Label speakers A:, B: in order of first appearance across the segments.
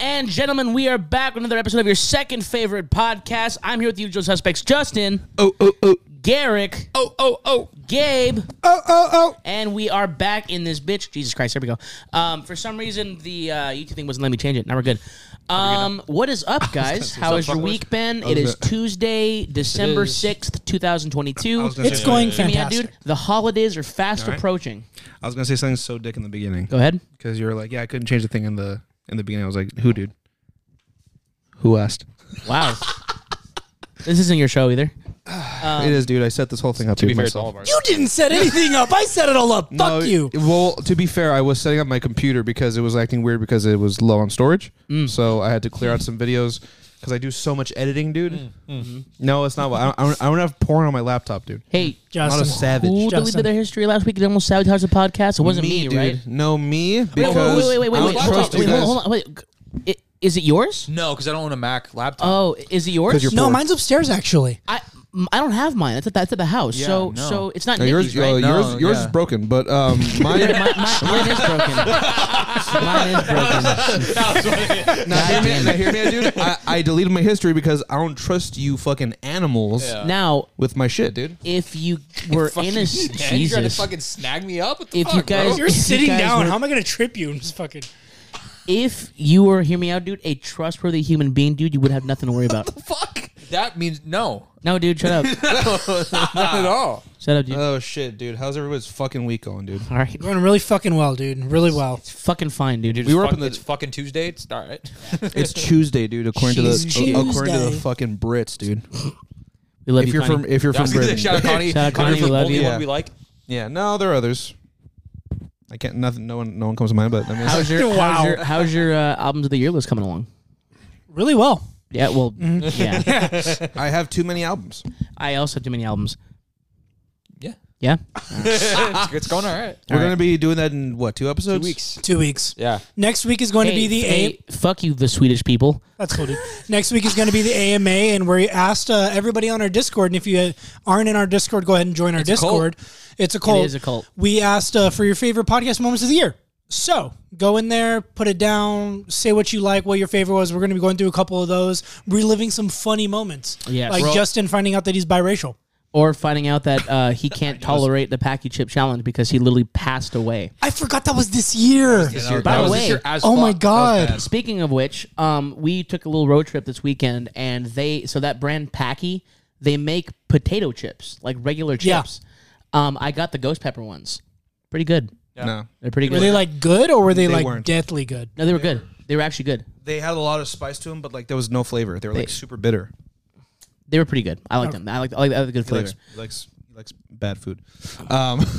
A: and gentlemen, we are back with another episode of your second favorite podcast. I'm here with the usual suspects Justin,
B: Oh, oh, oh.
A: Garrick,
B: Oh, oh, oh.
A: Gabe,
B: Oh, oh, oh.
A: and we are back in this bitch. Jesus Christ, here we go. Um, for some reason, the uh, YouTube thing wasn't letting me change it. Now we're good. Um, what is up, guys? How
B: up,
A: has your
B: fuckers?
A: week been? It is
B: it?
A: Tuesday, December sixth, two thousand twenty-two.
C: gonna It's say- going
A: Give me that,
C: fantastic.
A: dude. The holidays are fast
B: All right.
A: approaching.
B: I was gonna say something so dick in the beginning
A: Go ahead.
B: because you were like, "Yeah, I couldn't change the thing in the in the beginning." I was like, "Who, dude? Who asked?"
A: Wow. this isn't your show either. Um,
B: it is, dude. I set this whole thing up to
D: be fair, it's all of ours.
C: You didn't set anything up. I set it all up.
B: No,
C: Fuck you.
B: it- Well, to be fair, I was setting up my computer because it was acting weird because it was low on storage,
A: Mm.
B: so I had to clear out some videos because I do so much editing, dude.
A: Mm,
B: Mm-hmm. No, it's not. what- I don't, I don't. I don't have porn on my laptop, dude.
A: Hey,
B: I'm not
C: Justin.
B: a savage.
A: who deleted
C: Justin.
A: their history last week and almost sabotaged the podcast? It wasn't me,
B: dude.
A: right?
B: No, me
A: Wait,
B: because
A: wait, wait, wait, wait,
B: I
A: wait,
B: don't
A: wait,
B: trust
A: wait,
B: you guys.
A: hold on, wait. I- Is it yours?
D: No, because I don't own a Mac laptop.
A: Oh, is it yours?
B: 'Cause you're
C: No,
B: poor.
C: mine's upstairs actually.
A: I m- I don't have mine. That's at the, that's at the house.
D: Yeah,
A: so
D: no.
A: so it's not
B: No,
A: Nikki's,
B: yours,
A: right?
B: uh,
D: No,
B: yours, yours is
D: yeah.
B: broken, but um, mine.
A: My- my- mine is broken. mine is broken.
B: Now hear me, now hear me, dude. I, I deleted my history because I don't trust you fucking animals
D: Yeah.
A: Now,
B: with my shit, dude.
A: if you were in a
D: Man, you tried to
A: Jesus,
D: fucking snag me up? What the
A: if
D: fuck,
A: you guys,
C: You're
A: if Oh, you
C: sitting
A: guys
C: down.
A: were-
C: How am I gonna trip you? I'm just fucking.
A: if you were, hear me out, dude, a trustworthy human being, dude, you would have nothing to worry about.
D: bro? Fuck. That means no.
A: No, dude, shut up,
D: Not at all.
A: shut up, dude.
B: Oh shit, dude. How's everybody's fucking week going, dude?
A: All right,
C: Going really fucking well, dude. Really well.
A: fucking fine, dude.
B: We were up in the.
D: It's fucking Tuesday. It's all right.
B: It's Tuesday, dude. According
C: She's
B: to the
C: Tuesday.
B: according to the fucking Brits, dude.
A: We love
B: If
A: you,
B: you're
A: Connie.
B: from if you're from
D: Shout out
B: Britain,
D: Connie.
A: Shout out Connie,
D: Connie's
A: we
D: the
A: love
D: only
A: you.
D: one
B: Yeah.
D: we like.
B: yeah. No, there are others. I can't. Nothing. No one. No one comes to mind. But I mean,
A: How's your how's
C: Wow.
A: your, how's your uh, albums of the year list coming along?
C: Really well.
A: Yeah, well,
C: Mm-hmm.
A: yeah.
B: I have too many albums.
A: I also have too many albums.
D: Yeah.
A: Yeah,
D: it's, it's going all right.
B: We're gonna be doing that in what two episodes?
C: Two weeks.
D: Yeah.
C: Next week is going to be the
A: Hey,
C: A.
A: hey, Fuck you, the Swedish people.
C: That's cool, dude. Next week is going to be the AMA, and we asked uh, everybody on our Discord. And if you uh, aren't in our Discord, go ahead and join our
D: a cult.
C: Discord. It's a cult.
A: is a cult.
C: We asked uh, for your favorite podcast moments of the year. So go in there, put it down, say what you like, what your favorite was. We're going to be going through a couple of those, reliving some funny moments.
A: Yes.
C: like
A: Well-
C: Justin finding out that he's biracial.
A: Or finding out that uh, he can't tolerate the Packy Chip Challenge because he literally passed away.
C: I forgot that was this year.
A: By
D: That
A: the
D: was
A: way-
D: this year as
C: Oh my
D: fuck. That was
C: God.
D: bad.
A: Speaking of which, um, we took a little road trip this weekend, and they so that brand Packy they make potato chips like regular
C: Yeah.
A: chips. Um, I got the ghost pepper ones. Pretty good.
B: No.
A: They're pretty
C: Were
A: good.
C: they like good or were they, like
B: weren't.
C: deathly good?
A: no, they were good. They were actually good.
B: They had a lot of spice to them, but like there was no flavor. They were like super bitter.
A: They were pretty good. I like them. I like I like, I like the good
B: He
A: flavors.
B: likes, he likes he likes bad food. Um.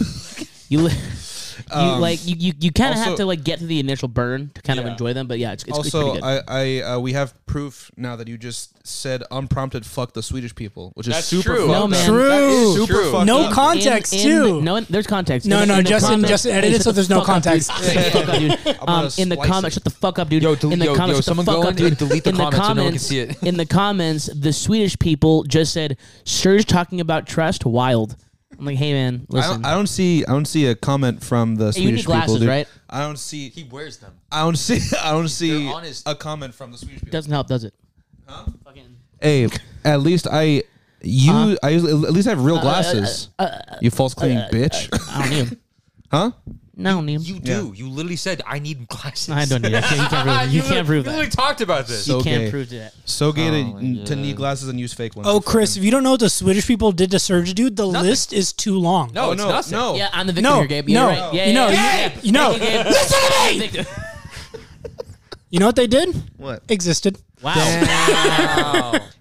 A: You, li- you
D: Um,
A: like you you, you kind of have
B: also-
A: to like get to the initial burn to kind of
B: Yeah.
A: enjoy them. But yeah, it's, it's, it's
B: also,
A: pretty good.
B: I, I uh, we have proof now that you just said unprompted "fuck the Swedish people," which is
D: That's
B: super fucked
D: true.
A: No,
B: up.
A: man.
C: True.
D: That is
B: Super
D: true.
B: fucked
C: No
B: up.
C: context
A: in, in
C: too.
A: The, no, there's context.
C: No,
A: In-
C: no,
A: in the
C: Justin-
A: comments-
C: Justin edited
A: Hey, shut
C: so there's
A: the
C: no
A: fuck up, dude.
C: context.
A: Shut the fuck up, dude.
B: gonna
A: Um, in the
B: slice
A: comments,
B: it.
A: shut the fuck up, dude.
D: Yo, delete-
A: in the
D: yo, yo,
A: comments, shut the
D: someone
A: fuck
D: go
A: up,
D: and
A: dude.
D: delete the
A: in the
D: comments so no one can
A: comments,
D: see it.
A: in the comments, the Swedish people just said, "Serge talking about trust, wild." I'm like, hey man,
B: I
A: listen.
B: don't, I don't see. I don't see a comment from the
A: you
B: Swedish
A: need glasses,
B: people, dude.
A: right?
B: I don't see.
D: He wears them.
B: I don't see. I don't see
D: They're honest.
B: a comment from the Swedish people.
A: doesn't help, does it?
B: Hey, at least I. You,
A: Uh,
B: I usually, at least I have real glasses. you false cleaning bitch,
A: I don't need 'em.
B: huh?
A: No, I don't need 'em.
D: You do. You literally said, I need glasses. Ah,
A: I don't need it. You can't prove, you can't prove
D: You
A: that.
D: literally talked about this.
B: So
A: You can't
B: gay.
A: prove that.
B: So gay
D: Oh
B: to, to need glasses and use fake ones.
C: Oh, Chris, if you don't know what the Swedish people did to Serge, dude, the list is too long.
D: no,
B: Oh,
D: it's
B: no,
D: nothing.
B: no.
A: Yeah, I'm the victim
C: No,
A: here, Gabe. You're
C: no,
A: right. Yeah,
C: you
A: yeah,
C: know, you-
A: yeah.
C: you know.
A: Thank Gabe.
C: Listen to me!
A: Victim.
C: You know what they did?
B: What?
C: Existed.
A: Wow.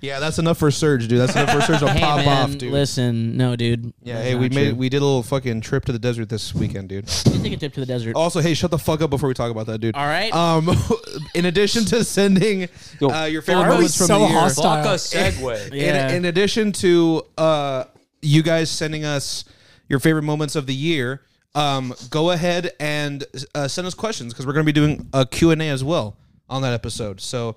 B: Yeah, that's enough for Surge, dude. That's enough for Surge. I'll
A: Hey,
B: pop
A: man,
B: off, dude.
A: Listen, no, dude.
B: Yeah,
A: That's
B: hey, we
A: not
B: made
A: true.
B: we did a little fucking trip to the desert this weekend, dude.
A: Just take a trip to the desert.
B: Also, hey, shut the fuck up before we talk about that, dude.
A: All right.
B: Um, in addition to sending uh, your favorite
C: Why are we
B: moments from
C: so
B: the year,
C: hostile?
D: Fuck a segue.
A: Yeah.
B: in, in addition to uh, you guys sending us your favorite moments of the year, um, go ahead and uh, send us questions because we're going to be doing a Q and A as well on that episode. So,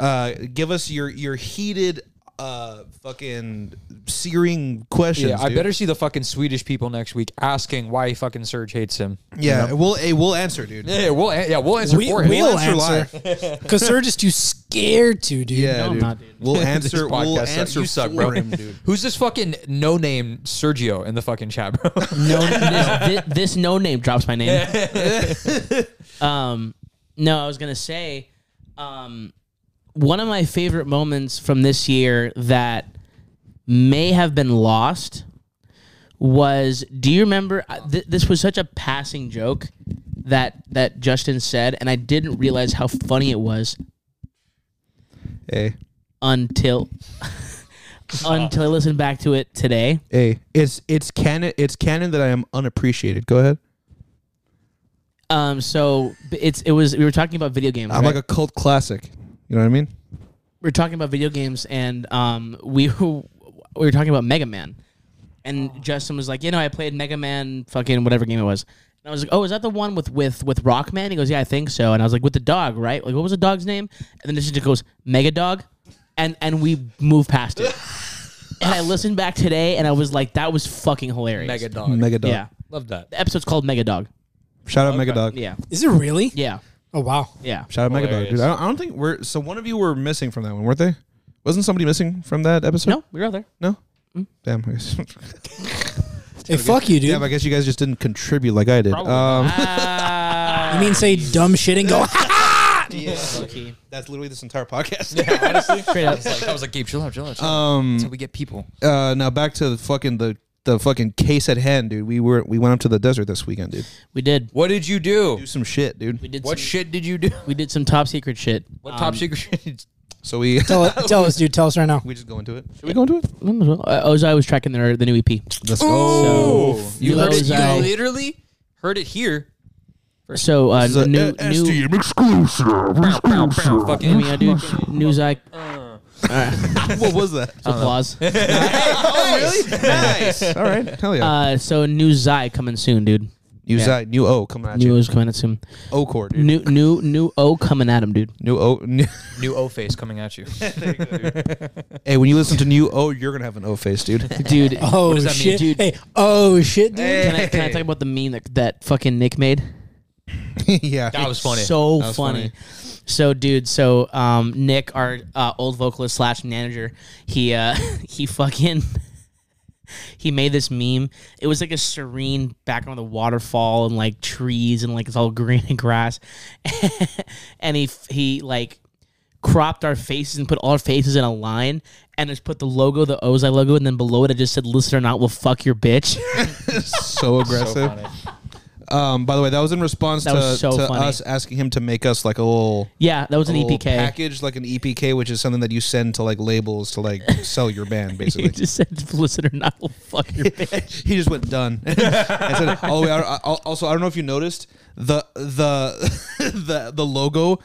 B: uh, give us your your heated uh, fucking searing questions.
D: Yeah, I
B: dude.
D: better see the fucking Swedish people next week asking why fucking Serge hates him.
B: Yeah, we'll hey, we'll answer, dude.
D: Yeah, we'll a- yeah we'll answer
C: We,
D: for him.
C: will
B: answer
C: answer because they're just too scared to, dude.
B: Yeah,
A: No, I'm
B: dude.
A: not, dude.
B: We'll
D: This
B: answer. we'll
D: podcast sucks.
B: answer
D: You suck,
B: for
D: bro.
B: him, dude.
D: Who's this fucking no name Sergio in the fucking chat, bro?
A: No, this, thi- this no name drops my name. um, no, I was gonna say, um, one of my favorite moments from this year that may have been lost was. Do you remember? uh, Th- this was such a passing joke that that Justin said, and I didn't realize how funny it was
B: Hey,
A: until until I listened back to it today.
B: hey, it's it's canon. It's canon that I am unappreciated. Go ahead.
A: Um, so b- it's it was we were talking about video games.
B: I'm
A: right?
B: like a cult classic. You know what I mean?
A: we were talking about video games and um, we we were talking about Mega Man, and
D: Oh.
A: Justin was like, you know, I played Mega Man, fucking whatever game it was. And I was like, oh, is that the one with with with Rockman? He goes, yeah, I think so. And I was like, with the dog, right? Like, what was the dog's name? And then this just goes Mega Dog, and and we move past it. and I listened back today, and I was like, that was fucking hilarious.
D: Mega dog.
B: Mega Dog.
A: Yeah,
D: Love that.
A: the episode's called Mega Dog.
B: Shout out Mega Dog.
A: Yeah,
C: Is it really?
A: yeah,
C: Oh wow.
A: yeah.
B: Shout out Mega Dog, dude.
D: Hilarious.
B: I don't, I don't think we're so. One of you were missing from that one, weren't they? Wasn't somebody missing from that episode?
A: No, we were all there.
B: No. Damn. I guess.
C: Hey, fuck you, dude.
B: Damn. I guess you guys just didn't contribute like I did. Um,
A: Ah,
C: you mean say dumb shit and go?
A: lucky.
B: that's literally this entire podcast.
A: Straight up.
D: I was like, Gabe, chill out, chill out. Chill out.
B: Um.
D: Until we get people.
B: Uh. Now back to the fucking the the fucking case at hand, dude. We were we went up to the desert this weekend, dude.
A: We did.
D: What did you do?
B: Do some shit, dude.
A: We did.
D: What
A: some- Um,
D: shit did you do?
A: We did some top secret shit.
D: What top secret shit?
B: So we
C: tell, it, tell us, dude. Tell us right now.
B: we just go into it. Should we go into it?
A: Um, might as well. Uh, Ozai was tracking their the new EP.
B: Let's go.
A: So,
D: You
A: Lil
D: heard it.
A: Ozai-
D: You literally heard it here.
A: So uh,
B: This is a
A: new
B: a-
A: new
B: STM exclusive. exclusive.
D: Fucking
A: yeah, dude, new Ozai
B: what was that?
A: applause.
B: oh, really? nice. All right. Hell yeah.
A: Uh, so new Zai coming soon, dude.
B: New Zai, new O coming at
A: New
B: you.
A: O's coming out soon.
B: O chord, dude.
A: New new new O coming at him, dude.
B: New O. New,
D: new O face coming at you.
B: hey, when you listen to new O, you're gonna have an O face, dude.
A: Dude.
C: Oh
D: does that mean,
C: shit.
A: dude?
C: Hey. Oh shit, dude.
A: Can I, can I talk about the meme that, that fucking Nick made?
B: yeah.
D: That was funny.
A: So
B: was
A: funny. So, dude, so um, Nick, our uh, old vocalist slash manager, he uh, he fucking he made this meme. It was like a serene background with a waterfall and like trees and like it's all green and grass. and he he like cropped our faces and put all our faces in a line and just put the logo, the Ozai logo, and then below it, it just said "Listen or not, will fuck your bitch."
B: so aggressive. um, by the way, that was in response
A: That
B: to,
A: was so
B: to
A: funny.
B: us asking him to make us like a little.
A: yeah, that was
B: a
D: Oh,
A: an E
B: little
A: EPK.
B: package, like an EPK, which is something that you send to like labels to like sell your band,
A: He
B: basically.
A: just said, "Listen or not, will fuck your bitch."
B: he just went done. I said, all the way out, I- I- also, I don't know if you noticed the the the the logo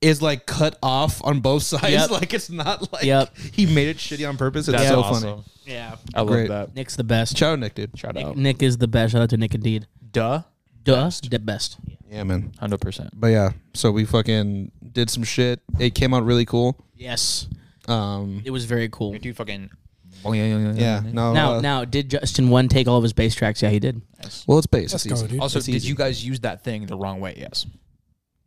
B: is like cut off on both sides.
A: Yep.
B: Like it's not like
A: Yep.
B: he made it shitty on purpose. It's
D: That's
B: so
D: awesome.
B: funny.
A: Yeah.
D: I love
B: Great.
D: that.
A: Nick's the best.
B: Shout out Nick, dude. Shout
A: Nick, Nick is the best. Shout out to Nick indeed.
D: Duh.
A: Duh, the best.
B: Yeah, man.
D: Hundred percent.
B: But yeah, so we fucking did some shit. It came out really cool.
A: Yes,
B: Um,
A: it was very cool.
D: Do fucking.
B: yeah.
D: Oh, Yeah.
B: No.
A: Now,
B: uh,
A: now, did Justin one take all of his bass tracks? Yeah, he did.
B: Well, it's based.
C: Let's
B: It's
C: go,
B: easy.
C: dude.
D: Also,
B: That's
D: did
B: easy.
D: you guys use that thing the wrong way? Yes.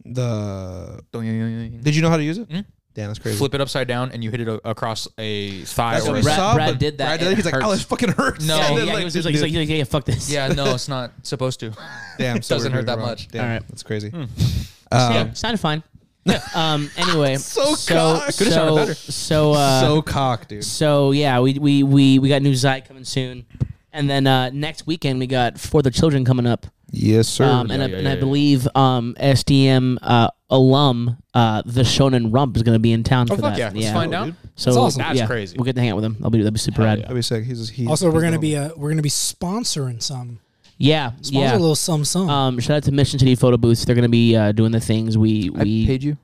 B: The
D: Flip
B: did you know how to use it? Damn, that's crazy.
D: Hmm? it upside down and you hit it a- across a thigh.
B: That's
D: or
B: what we
D: a-
A: Brad-
B: saw.
A: Brad
B: but
A: did that.
B: Brad did
A: It
B: it. He's like,
D: hurts.
B: "Oh, this fucking hurts."
D: No.
B: And
A: yeah,
B: then,
A: yeah,
B: like,
A: he was, he was
B: dude,
A: like, he's like, he's like, yeah, yeah, fuck this.
D: yeah, no, it's not supposed to.
B: Damn, so
D: Doesn't
B: we're
D: hurt that
B: wrong.
D: much.
B: Damn,
A: Alright.
B: that's crazy.
D: Hmm.
A: yeah,
B: Um,
A: sounded fine. um. Anyway,
B: So
A: so
B: cocked. Could've sounded
A: so
B: better.
A: so uh,
B: so cock, dude.
A: so yeah, we we we we got new Zeit coming soon, and then uh, next weekend we got For the Children coming up.
B: Yes, sir.
A: Um, and I,
D: yeah,
A: and
D: yeah,
A: I
D: yeah.
A: believe um, SDM uh, alum, uh, the Shonen Rump, is going to be in town
D: Oh
A: for
D: fuck
A: that.
D: yeah! Let's find out.
A: So
C: That's awesome.
D: That's crazy.
A: We'll get to hang out with him. That'll be that'll be super rad.
B: That'd be sick. He's, he's
C: Also, we're
B: he's
C: gonna
B: dope.
C: be uh, we're gonna be sponsoring some.
A: Yeah,
C: Sponsor a
A: yeah.
C: little some some.
A: Um, shout out to Mission City Photo Booths. They're gonna be uh, doing the things we we
D: you.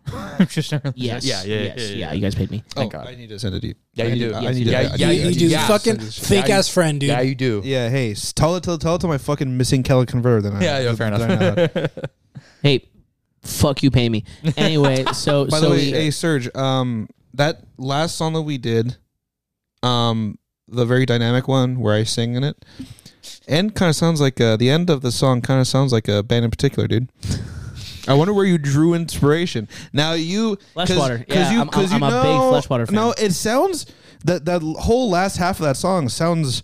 D: Just
A: Yes,
D: Yeah, yeah,
A: yes,
D: yeah, yeah, yeah.
A: You guys paid me.
B: Oh,
D: Thank God.
B: I need to send it to you.
D: Yeah,
B: I
D: you
B: need,
D: do.
B: I
D: Yes,
B: need to-
D: yeah,
B: I-
D: yeah,
B: I
C: you
B: need
C: you
B: to-
C: do
B: I need to
C: fucking
B: send this shit.
C: fake ass friend, dude.
D: Yeah, you do.
B: Yeah, hey, s- tell it to tell it to my fucking missing Kelly converter then. I-
D: Yeah, yeah, fair
B: than
D: enough.
B: I know that.
A: Hey, fuck you, pay me. Anyway, so
B: By
A: so
B: the way,
A: we,
B: hey Serge, um, that last song that we did um, the very dynamic one where I sing in it. And kind of sounds like uh, the end of the song. Kind of sounds like a band in particular, dude. I wonder where you drew inspiration. Now you
A: Fleshwater. Yeah, I'm- I'm a big Fleshwater fan.
B: No, it sounds that that whole last half of that song sounds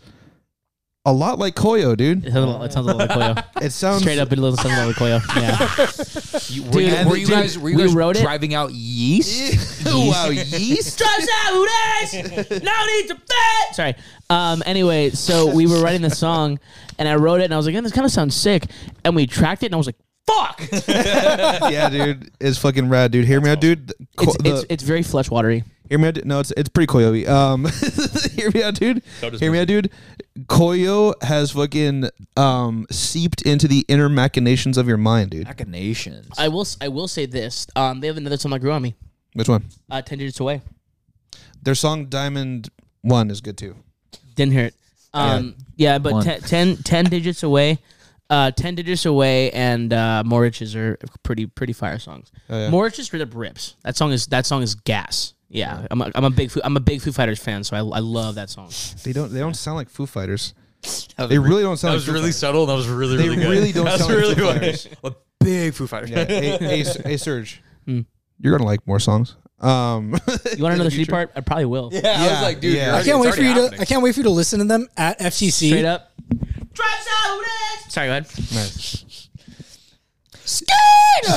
B: a lot like Koyo, dude.
A: It sounds a lot, it sounds a lot like Koyo.
B: It sounds
A: Straight up, it sounds a lot like Koyo. Yeah.
D: You, were
A: Dude,
D: you, were you
A: dude,
D: guys, were you
A: we
D: guys
A: wrote it-
D: driving out yeast?
B: wow, yeast.
A: Stress out days, no need to bet. Sorry. Um. Anyway, so we were writing the song, and I wrote it, and I was like, "Man, this kind of sounds sick," and we tracked it, and I was like, "Fuck!" It's
B: yeah, dude, it's fucking rad, dude. Hear me out, dude. The- co- the-
A: it's, it's very flesh watery.
B: Hear me out. dude. No, it's it's pretty Koyo. Um, hear me out, dude. Hear me out, dude. Koyo has fucking um seeped into the inner machinations of your mind, dude.
D: Machinations.
A: I will. s- I will say this. Um. They have another song that grew on me.
B: Which one?
A: Uh. Ten digits away.
B: Their song "Diamond One" is good too.
A: Didn't hear it. Um. Yeah. but
D: One.
A: ten, ten, 10 digits away. Uh, ten digits away, and uh, more riches are pretty pretty fire songs.
B: yeah.
A: More riches straight up rips. That song is that song is gas. Yeah, I'm a, I'm a big Foo, I'm a big Foo Fighters fan, so I, I love that song.
B: They don't they don't sound like Foo Fighters.
D: That was
B: They really don't
E: That
B: sound.
E: was
B: like
E: really
B: Foo
E: subtle. That was really,
B: They
E: really good.
B: really don't
E: That's
B: sound like
E: really
B: Foo
E: what-
B: Fighters.
E: a big Foo Fighters.
B: Fighters. Yeah. Hey, hey, hey, Serge, you're gonna like more songs. Um,
A: You want to know the shitty part? I probably will.
D: I
B: Yeah, like, dude, yeah. you're
C: I can't wait for you to. I can't wait for you to listen to them at FTC.
A: Straight up. Sorry, go ahead.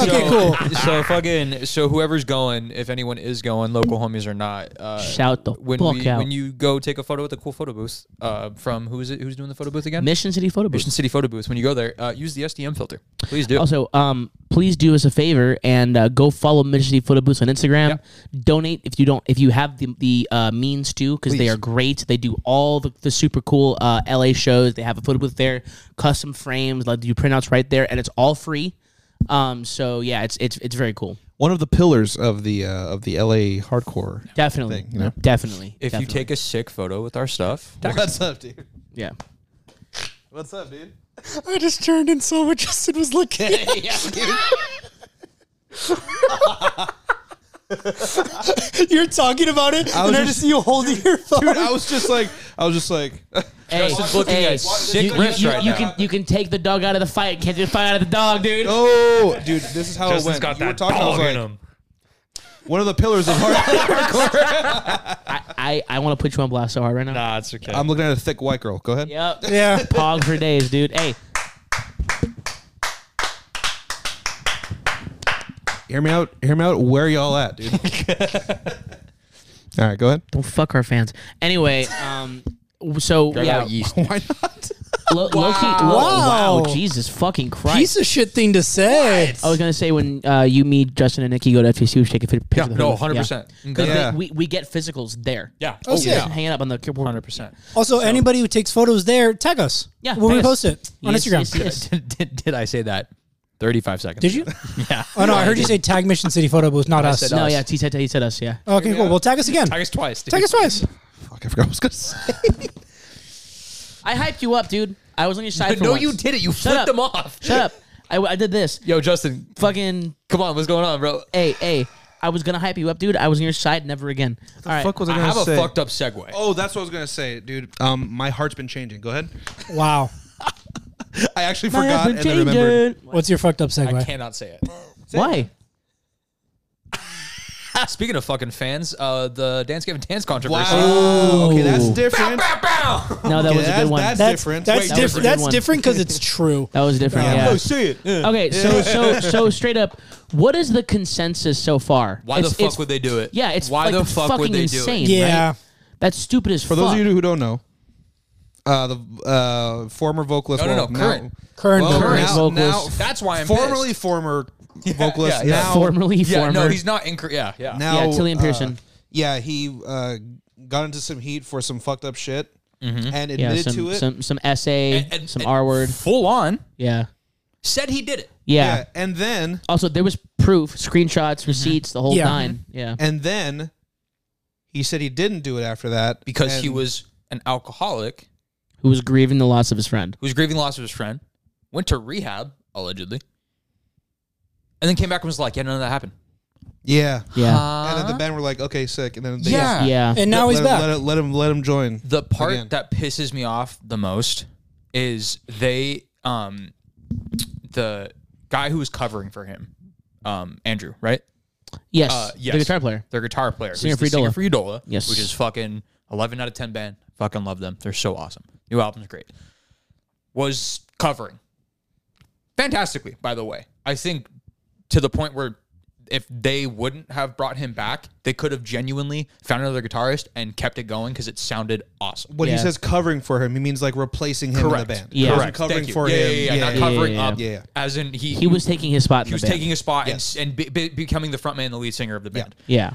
C: Okay, cool.
D: so fucking so whoever's going, if anyone is going, local homies or not, uh,
A: Shout the
D: when
A: fuck
D: we,
A: out.
D: when you go take a photo at the cool photo booth uh, from who is it? Who's doing the photo booth again?
A: Mission City Photo Booth.
D: Mission City photo booth. When you go there, uh, use the SDM filter. Please do.
A: Also, um, please do us a favor and uh, go follow Mission City Photo Booths on Instagram. Donate if you don't, if you have the, the uh, means to, because they
B: Please.
A: are great. They do all the, the super cool uh, LA shows. They have a photo booth there, custom frames, like do printouts right there, and it's all free. Um, so yeah, it's it's it's very cool.
B: one of the pillars of the uh, of the LA hardcore.
A: Definitely,
B: Thing, you know?
A: definitely.
D: if you
A: definitely.
D: take a sick photo with our stuff,
B: What's up, dude?
A: yeah,
B: What's up, dude?
C: I just turned and saw what Justin was looking. at. You're talking about it,
B: was
C: and I
B: just-
C: just see you holding your phone.
B: Dude, I was just like, I was just like,
A: Hey,
D: Justin's looking at sick
A: you, you-
D: wrists
A: you-
D: right
A: you
D: now.
A: can you can take the dog out of the fight, catch the fight out of the dog, dude.
B: oh, dude, this is how it
E: Justin's
B: went.
E: got
B: you were
E: that
B: talking, I was
E: dog
B: like,
E: in him.
B: one of the pillars of hardcore.
A: I, I want to put you on blast so hard right now.
E: Nah, it's okay.
B: I'm looking at a thick white girl. Go ahead.
A: Yep.
C: yeah,
A: Pog for days, dude. Hey,
B: Hear me out. Hear me out. Where y'all at, dude? All right, go ahead.
A: don't fuck our fans. Anyway, um, so yeah,
D: out yeast.
B: Why not?
A: lo- low key- lo- wow.
C: Wow.
A: Jesus fucking Christ.
C: piece of shit thing to say.
A: I was gonna say when uh, you, me, Justin, and Nikki go to FTC, we should take a fi- picture.
D: Yeah,
A: of the
D: no,
A: photos.
D: 100%.
A: Yeah. 'Cause they-
B: Yeah.
A: we, we get physicals there.
D: yeah,
C: Oh,
A: Just
C: yeah.
A: hanging up on the
D: hundred percent.
C: Also, anybody who takes photos there, tag us.
A: Yeah,
C: when
A: tag
C: we
A: us.
C: post it on
A: Yes, yes,
C: Instagram.
A: yes.
D: Did, did, did I say that? Thirty-five seconds.
C: Did you?
D: Yeah.
C: Oh no, I heard you say tag Mission City Photo Booth, not us.
D: said
A: No,
D: us.
A: yeah, he said he said us. Yeah.
C: Okay, cool. Well, tag us again.
D: Tag us twice. Dude.
C: Tag us twice.
B: Fuck, I forgot what I was gonna say.
A: I hyped you up, dude. I was on your side. for
D: No,
A: once.
D: you did it. You
A: Shut
D: flipped
A: up.
D: them off.
A: Shut up. I, I did this.
D: Yo, Justin,
A: Fucking
D: come on. What's going on, bro?
A: hey, hey, I was gonna hype you up, dude. I was on your side, never again. All right.
B: Fuck was I
D: I
B: gonna
D: have
B: say?
D: a fucked up segue.
B: Oh, that's what I was gonna say, dude. Um, my heart's been changing. Go ahead.
C: Wow.
B: I actually
A: My
B: forgot
A: husband
B: and then remembered.
A: changed.
C: What's your fucked up
D: I
C: segue?
D: cannot say it.
A: Why?
D: Speaking of fucking fans, uh, the Dance Gavin Dance controversy.
B: Wow. Oh. Okay, that's
A: No,
B: different.
A: that
B: Okay,
A: was a
B: that's-
A: good one.
B: that's
C: That's
B: different.
C: That's
B: Wait,
A: that was a
C: different.
A: good
C: That's
A: one.
C: different because it's true.
A: that was different.
B: Yeah.
A: Yeah.
B: Oh, see it. Yeah.
A: Okay, so so so straight up, what is the consensus so far?
D: Why
A: It's-
D: the fuck
A: it's-
D: would they do it?
A: Yeah, it's
D: why
A: like
D: the fuck
A: fucking
D: would they
A: insane,
D: do it?
C: Yeah.
A: right? That's stupid as
B: For
A: fuck.
B: those of you who don't know, uh, the uh, former vocalist.
D: No, no,
B: well,
D: no,
B: now-
D: current.
C: Current
B: well,
C: vocalist.
B: now-
A: Current
B: now-
A: vocalist.
D: That's why I'm
B: formerly
D: pissed.
B: former vocalist.
D: yeah, yeah.
B: Now,
A: formerly
D: Yeah,
A: former.
D: no, he's not incorrect. Yeah, yeah.
B: now,
A: Yeah, Tillian
B: uh,
A: Pearson.
B: yeah, he uh, got into some heat for some fucked up shit
D: Mm-hmm.
B: and
A: yeah,
B: admitted
A: some,
B: to it.
A: some some essay,
D: And- and-
A: some
D: and
A: R word.
D: Full on
A: Yeah.
D: said he did it.
A: yeah,
B: yeah, and then
A: Also, there was proof,
D: Mm-hmm.
A: screenshots, receipts, the whole
C: Yeah.
A: nine. Yeah,
B: and then he said he didn't do it after that
D: because he
B: and-
D: was an alcoholic
A: who was grieving the loss of his friend?
D: who was grieving the loss of his friend, went to rehab allegedly, and then came back and was like, "Yeah, none of that happened." Uh,
B: Yeah.
A: Yeah.
B: And then the band were like, okay, sick. And then they
D: Yeah.
A: yeah.
C: And now
B: let,
C: he's
B: let
C: back.
B: Him, let, it- let him let him join.
D: The part
B: Again.
D: that pisses me off the most is they um the guy who was covering for him, um Andrew, right?
A: yes.
D: uh, yes.
A: The guitar player.
D: Their guitar player, who's
A: Singer
D: the singer
A: Freedola.
D: for Eudola,
A: Yes.
D: which is fucking eleven out of ten band. Fucking love them. They're so awesome. New album's great. Was covering fantastically, by the way. I think to the point where if they wouldn't have brought him back, they could have genuinely found another guitarist and kept it going because it sounded awesome.
B: when he
A: Yeah.
B: says covering for him, he means like replacing him
D: Correct.
B: in the band.
A: Yeah.
B: He wasn't
A: Correct.
B: covering
D: Thank you.
B: for
D: yeah,
B: him.
D: Yeah, yeah, yeah. Not
A: yeah,
D: covering
A: yeah,
D: up.
B: yeah, yeah.
D: As in he
A: He was taking his spot. in
D: he
A: the
D: was
A: band.
D: taking a spot
B: Yes.
D: and, and be, be- becoming the frontman, the lead singer of the band.
A: Yeah.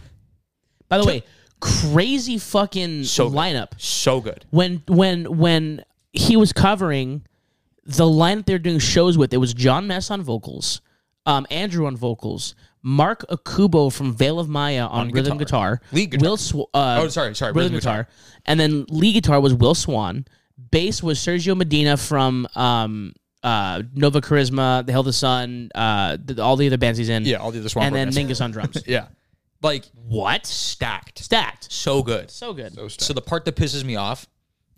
A: By the way, crazy fucking
D: So good.
A: lineup.
D: So good.
A: When when when he was covering the lineup they were doing shows with, it was John Mess on vocals, um, Andrew on vocals, Mark Akubo from Veil of Maya on, rhythm guitar,
D: Lead guitar.
A: Will Sw- uh,
D: Oh, sorry, sorry,
A: rhythm,
D: rhythm
A: guitar. and then lead guitar was Will Swan. Bass was Sergio Medina from um, uh, Nova Charisma, The Hell of the Sun, uh, th- all the other bands he's in.
D: Yeah, all the other Swamp
A: and then
D: Rock guys.
A: Mingus on drums.
D: Yeah. Like
A: what?
D: stacked.
A: Stacked.
D: So good.
A: So good.
D: So the part that pisses me off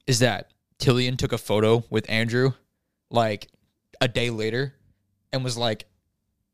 D: is that Tillian took a photo with Andrew like a day later and was like,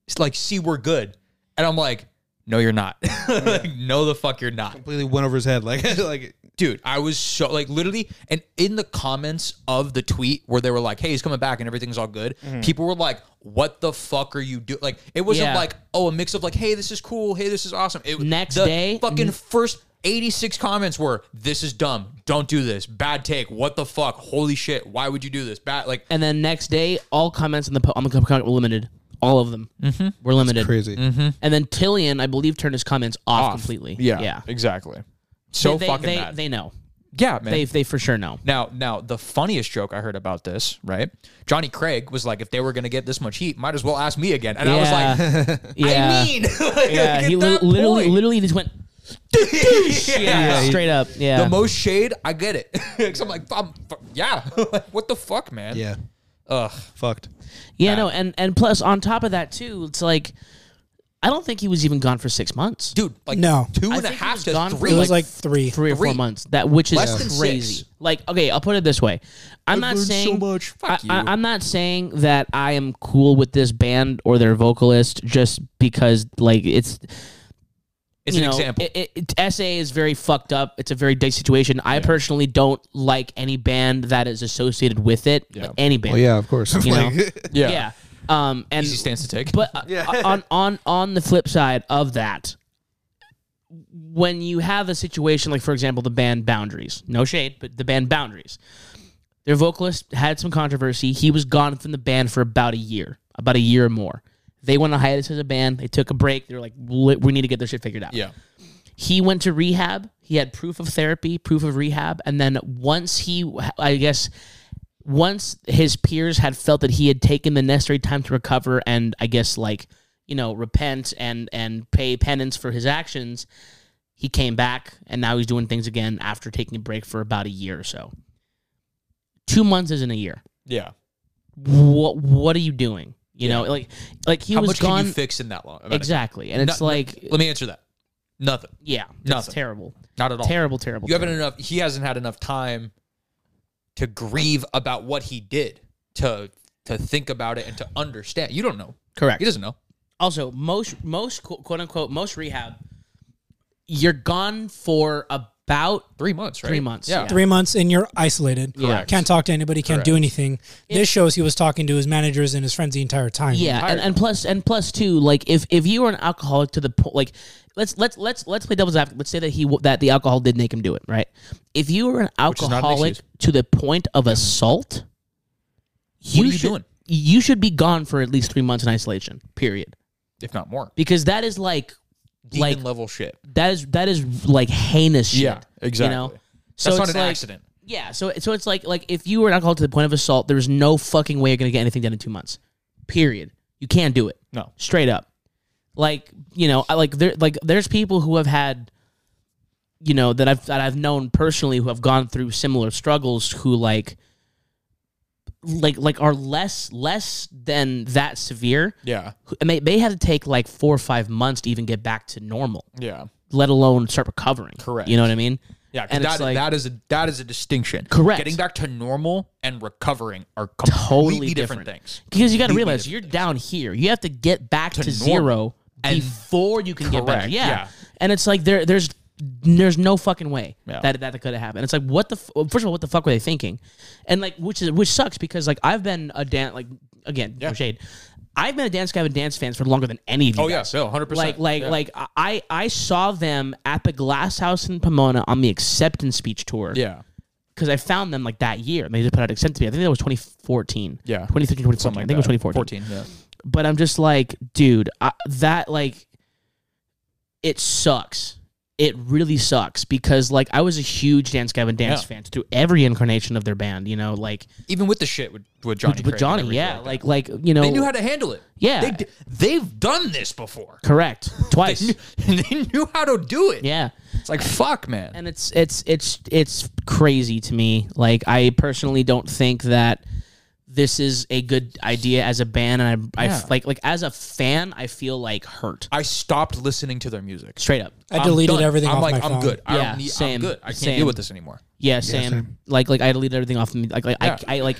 D: it's like, see, we're good. And I'm like, no, you're not. like, no, the fuck, you're not.
B: Completely went over his head. Like, like
D: Dude, I was so like literally, and in the comments of the tweet where they were like, "Hey, he's coming back and everything's all good," people were like, "What the fuck are you doing?" Like, it wasn't
A: Mm-hmm. Yeah.
D: like, "Oh, a mix of like, hey, this is cool, hey, this is awesome." It
A: Next
D: the
A: day-
D: fucking first eighty six comments were, "This is dumb, don't do this, bad take, what the fuck, holy shit, why would you do this?" Bad like,
A: And then next day, all comments on the po- on the comment were limited. All of them
D: Mm-hmm.
A: were limited.
B: crazy.
A: And then Tillian, I believe, turned his comments off, completely. yeah.
D: exactly.
A: They,
D: So
A: they,
D: fucking
A: they,
D: bad.
A: they know.
D: yeah, man.
A: They they for sure know.
D: Now, now the funniest joke I heard about this, right? Johnny Craig was like, if they were going to get this much heat, might as well ask me again. And I was like,
A: yeah. yeah.
D: I mean, like,
A: yeah.
D: at
A: He li-
D: that
A: literally
D: point-
A: literally just went
D: yeah.
A: straight up. Yeah.
D: The most shade, I get it. 'Cause I'm like, I'm, f- yeah, what the fuck, man?
B: Yeah.
D: Ugh.
B: Fucked.
A: yeah. No. And and plus on top of that too, it's like I don't think he was even gone for six months.
D: dude, like
C: No.
D: two
A: I
D: and a
A: think he
D: half
A: was
D: to
A: gone for
D: three.
C: It was
D: like,
C: like three.
A: Three or
D: Three.
A: four months. That which is
D: Less than
A: crazy.
D: six.
A: Like, okay, I'll put it this way. I'm not
D: learned so
A: saying
D: much. Fuck
A: I,
D: you.
A: am not saying that I am cool with this band or their vocalist just because like it's
D: it's
A: you
D: an
A: know,
D: example.
A: It, it, it- SA is very fucked up. It's a very big situation. I personally don't like any band that is associated with it. like, any band.
B: Well, Oh, yeah, of course.
A: You know?
D: yeah.
A: yeah. Um and
D: Easy stance to take.
A: but uh, on on on the flip side of that, when you have a situation like, for example, the band Boundaries, no shade, but the band Boundaries, their vocalist had some controversy. He was gone from the band for about a year, about a year or more. They went on hiatus as a band. They took a break. They were like, "Li- we need to get this shit figured out.
D: yeah.
A: He went to rehab. He had proof of therapy, proof of rehab. And then once he, I guess, once his peers had felt that he had taken the necessary time to recover and I guess like you know repent and and pay penance for his actions, he came back and now he's doing things again after taking a break for about a year or so. Two months isn't a year.
D: Yeah.
A: What what are you doing? You know, like like he
D: How
A: was
D: much
A: gone
D: can you fix in that long? amount of time?
A: exactly, and it's
D: No- no-
A: like
D: let me answer that. Nothing.
A: yeah, it's
D: Nothing.
A: terrible,
D: Not at all.
A: terrible, terrible.
D: You haven't enough. He hasn't had enough time to grieve about what he did, to to think about it, and to understand. You don't know.
A: Correct.
D: He doesn't know.
A: also most most quote quote, unquote most rehab you're gone for about
D: Three months, right?
A: Three months,
D: Yeah.
A: yeah.
C: Three months and you're isolated.
A: Correct.
C: Can't talk to anybody, can't do anything. this shows he was talking to his managers and his friends the entire time.
A: yeah and, and plus and plus two like if if you were an alcoholic to the point like let's let's let's let's play devil's advocate let's say that he w- that the alcohol did make him do it right if you were an
D: is not an
A: alcoholic
D: excuse.
A: to the point of assault
D: are you
A: should,
D: doing?
A: you should be gone for at least three months in isolation period
D: If not more.
A: because that is like
D: Demon
A: Like-
D: level shit.
A: that is that is like heinous shit
D: Yeah, exactly.
A: you know
D: That's not
A: it's
D: an
A: like-
D: accident.
A: Yeah, so so it's like like if you were an alcoholic to the point of assault, there's no fucking way you're gonna get anything done in two months. Period. You can't do it.
D: No.
A: Straight up. Like you know, I like there like there's people who have had, you know, that I've that I've known personally who have gone through similar struggles who like like like are less less than that severe.
D: Yeah.
A: who- And they, they had to take like four or five months to even get back to normal,
D: Yeah.
A: let alone start recovering.
D: Correct.
A: You know what I mean?
D: Yeah, 'cause
A: And
D: that,
A: it's like
D: that is a that is a distinction.
A: Correct.
D: Getting back to normal and recovering are completely
A: totally
D: different,
A: different.
D: things.
A: because you got to realize you're down here. You have to get back to,
D: normal.
A: zero
D: And-
A: before you can get back.
D: Correct,
A: Yeah.
D: yeah.
A: And it's like there there's there's no fucking way
D: Yeah.
A: that that could have happened. It's like what the f- well, first of all what the fuck were they thinking? And like which is which sucks because like I've been a dance like again no shade. I've been a dance guy and dance fans for longer than any of you.
D: Oh
A: guys.
D: yeah, so 100%.
A: Like, like,
D: yeah.
A: like, I, I saw them at the Glass House in Pomona on the acceptance speech tour.
D: Yeah.
A: because I found them like that year. They just put out acceptance speech. I think that was 2014.
D: Yeah.
A: 2013, 2014. I think it was 2014
D: 14, yeah.
A: but I'm just like, dude, I, that like, it sucks. It really sucks because like I was a huge Dance Gavin Dance
D: Yeah.
A: fan through every incarnation of their band. You know, like
D: Even with the shit with, with Johnny
A: with
D: Craig and
A: Johnny,
D: everything
A: yeah,
D: that.
A: like like you know,
D: they knew how to handle it.
A: Yeah.
D: They d- they've done this before.
A: correct twice.
D: they knew how to do it.
A: yeah,
D: It's like fuck, man.
A: and it's it's it's it's crazy to me. Like I personally don't think that this is a good idea as a band, and I, I f- like like as a fan, I feel like hurt
D: I stopped listening to their music.
A: straight up.
C: I
D: I'm
C: deleted
D: done.
C: everything
D: I'm
C: off
D: like,
C: my
D: I'm
C: phone.
D: good. I
A: Yeah,
D: don't need,
A: same,
D: I'm good. I can't
A: same.
D: deal with this anymore.
A: Yeah, same. Like like I deleted everything off me. Like like
D: Yeah.
A: I, I like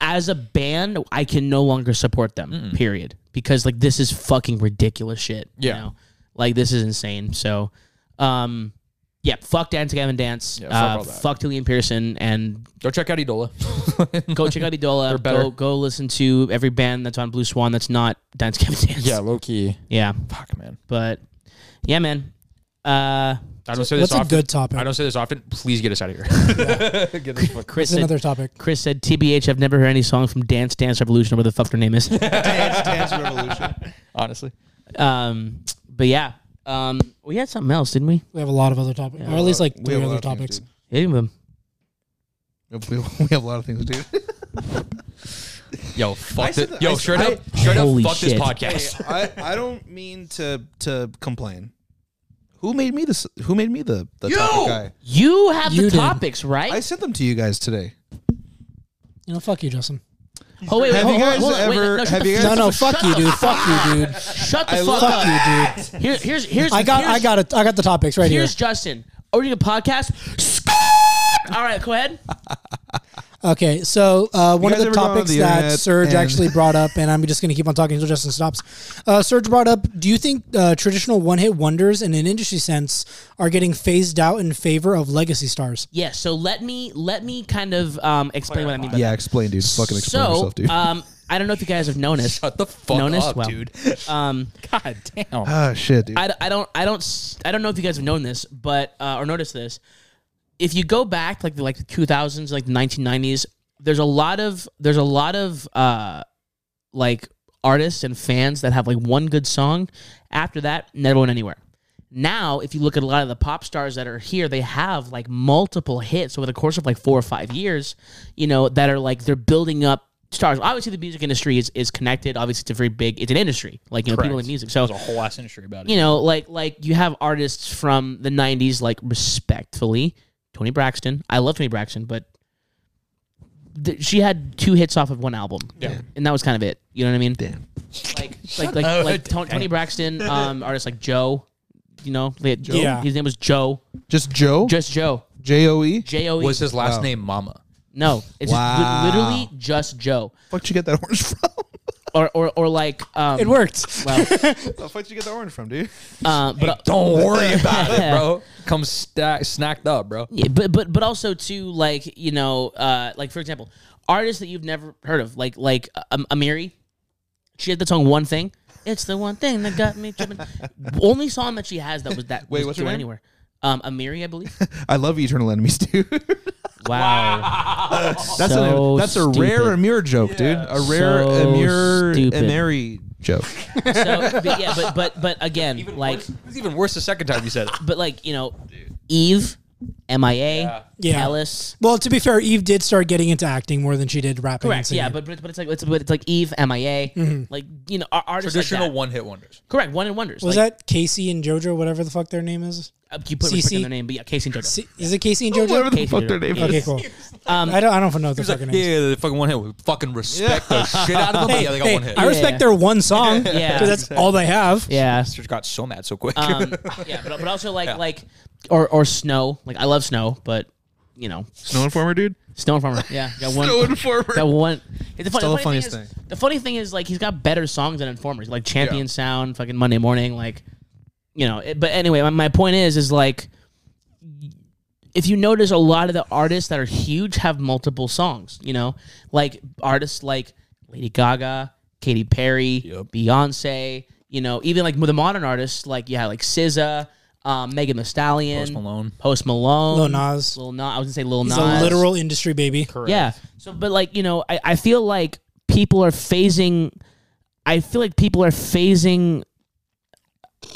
A: as a band, I can no longer support them. Period. Because like this is fucking ridiculous shit.
D: Yeah.
A: You know? Like this is insane. So, um, yeah, fuck Dance Gavin Dance.
D: Yeah, fuck
A: uh,
D: all that.
A: fuck Tillian Pearson and
D: Go check out Idola.
A: go check out Idola.
D: better.
A: go go listen to every band that's on Blue Swan that's not Dance Gavin Dance.
D: low key.
A: Yeah.
D: Fuck, man.
A: But yeah, man. Uh,
D: I don't say this
C: What's a
D: often.
C: good topic?
D: I don't say this often. Please get us out of here. get us fuck-
A: Chris
C: It's
A: said,
C: another topic.
A: Chris said, TBH, I've never heard any song from Dance Dance Revolution or whatever the fuck their name is.
B: Dance, dance revolution.
D: Honestly.
A: Um, but yeah, um, we had something else, didn't we?
C: We have a lot of other topics, or at least like
B: We
C: three
B: have a
C: other
B: lot of things,
C: topics.
B: dude.
A: Any of them?
B: We have- we have a lot of things to do.
D: Yo, fuck
B: said
D: this.
B: that- I
D: Yo,
B: said-
D: straight
B: I-
D: up, straight
A: Holy
D: up, fuck
A: shit.
D: this podcast.
B: I, I don't mean to to complain. Who made me this? Who made me the the
D: You!
B: topic guy?
A: You have
C: You
A: the
C: did.
A: topics, right?
B: I sent them to you guys today.
C: You know, fuck you, Justin.
A: oh wait, wait,
B: Have
A: hold,
B: you
A: hold-
B: guys
A: hold on, wait,
B: ever-
A: no, shut
B: have
A: the
B: you
A: f-
B: guys-
C: No, no, fuck you, dude. Fuck you, dude.
A: Shut the fuck
B: love-
A: up,
C: Fuck you, dude.
A: Here, here's here's
C: I got,
A: here's,
C: I got it. I got the topics right here.
A: Here's Justin. Are we doing a podcast? Scott! All right, go ahead.
C: Okay, so uh, one of
B: guys
C: the
B: ever gone on
C: topics
B: the
C: that
B: internet
C: Serge
B: and-
C: actually brought up, and I'm just going to keep on talking until Justin stops. Uh, Serge brought up: Do you think uh, traditional one-hit wonders in an industry sense are getting phased out in favor of legacy stars?
A: Yeah, so let me let me kind of um, explain what I mean by
B: Yeah, explain, dude. Fucking
A: that.
B: explain
A: so,
B: yourself, dude.
A: um, I don't know if you guys have noticed.
D: Shut the fuck
A: Known as
D: up,
A: well.
D: dude.
A: Um,
D: God damn.
B: ah, shit, dude.
A: I, I don't I don't s- I don't know if you guys have known this, but uh, or noticed this. If you go back like the like the 2000s, like the 1990s, there's a lot of there's a lot of uh like artists and fans that have like one good song. After that, never went anywhere. Now, if you look at a lot of the pop stars that are here, they have like multiple hits over the course of like four or five years, you know, that are like they're building up stars. Obviously, the music industry is, is connected. Obviously, it's a very big, it's an industry, like, you know, people in
D: Correct.
A: music. So,
D: There's a whole ass industry about it.
A: you know, like like you have artists from the '90s, like respectfully, Tony Braxton. I love Tony Braxton, but th- she had two hits off of one album,
D: Yeah.
A: and that was kind of it. You know what I mean? Damn. Like like like
D: up.
A: like Tony, Tony Braxton, um, artists like Joe. You know, they had Joe.
C: Yeah.
A: His name was Joe.
B: Just Joe.
A: Just Joe.
B: J O E.
A: J O E.
D: Was his last name Mama?
A: No, it's
B: Wow.
A: just li- literally just Joe.
B: Fuck'd you get that orange from?
A: Or or or like um.
C: It worked.
A: Well,
B: the fuck'd you get that orange from, dude?
A: uh, but
D: Don't worry about it, bro. Come stack, snacked up, bro.
A: Yeah, but but but also to like you know uh like for example artists that you've never heard of like like um, Amiri, she had the song One Thing. It's the one thing that got me tripping. Only song that she has that was that
B: Wait,
A: was
B: what's her
A: doing
B: name?
A: anywhere. Um, Amiri, I believe.
B: I love Eternal Enemies, dude.
A: Wow,
B: That's
A: So
B: a that's a
A: stupid.
B: rare Amir joke, dude. A rare
A: So
B: Amir
A: stupid.
B: Amiri joke.
A: so but yeah, but but but again, like
D: It's even worse the second time you said it.
A: but like you know, Eve MIA,
C: Yeah.
A: Alice.
C: Well, to be fair, Eve did start getting into acting more than she did rapping. and
A: Correct.
C: singing.
A: Yeah, but, but but it's like it's, but it's like Eve, MIA,
B: Mm-hmm.
A: like you know, ar- artists like
D: Traditional
A: that.
D: one hit wonders.
A: Correct. One in wonders.
C: was
A: like,
C: that Casey and JoJo, whatever the fuck their name is?
A: Uh, you put respect
C: CC?
A: on their name, but yeah, Casey and JoJo.
C: C- is it Casey and
B: Oh, Whatever
C: JoJo?
B: the fuck their name
A: Yeah.
C: Okay,
B: is.
C: cool.
A: Um,
C: I don't. I don't know what the
D: He's like,
C: fucking name. is.
D: yeah, the fucking one hit. We fucking respect the shit out of them. but yeah, they got
C: Hey,
D: one hit.
C: I respect
A: Yeah.
C: their one song.
A: Yeah.
C: 'cause that's all they have.
A: yeah.
D: Just got so mad so quick.
A: Um, yeah, but, but also like like or or snow. Like I love snow, but you know,
B: Snow Informer, dude.
A: snow farmer. Yeah, got one.
B: Snow Informer.
A: That one. It's the, fun-
B: Still
A: the
B: the
A: funny
B: funniest
A: thing is, The funny thing is, like, he's got better songs than Informers, like Champion Sound, fucking Monday Morning, like, you know. It, but anyway, my, my point is, is like, if you notice, a lot of the artists that are huge have multiple songs. You know, like artists like Lady Gaga, Katy Perry, Beyonce. You know, even like the modern artists, like yeah, like SZA, um, Megan Thee Stallion,
D: Post Malone.
A: Post Malone,
C: Lil Nas.
A: Lil Nas. I was gonna say Lil
C: He's
A: Nas.
C: a literal industry baby.
A: Yeah. So, but like you know, I, I feel like people are phasing. I feel like people are phasing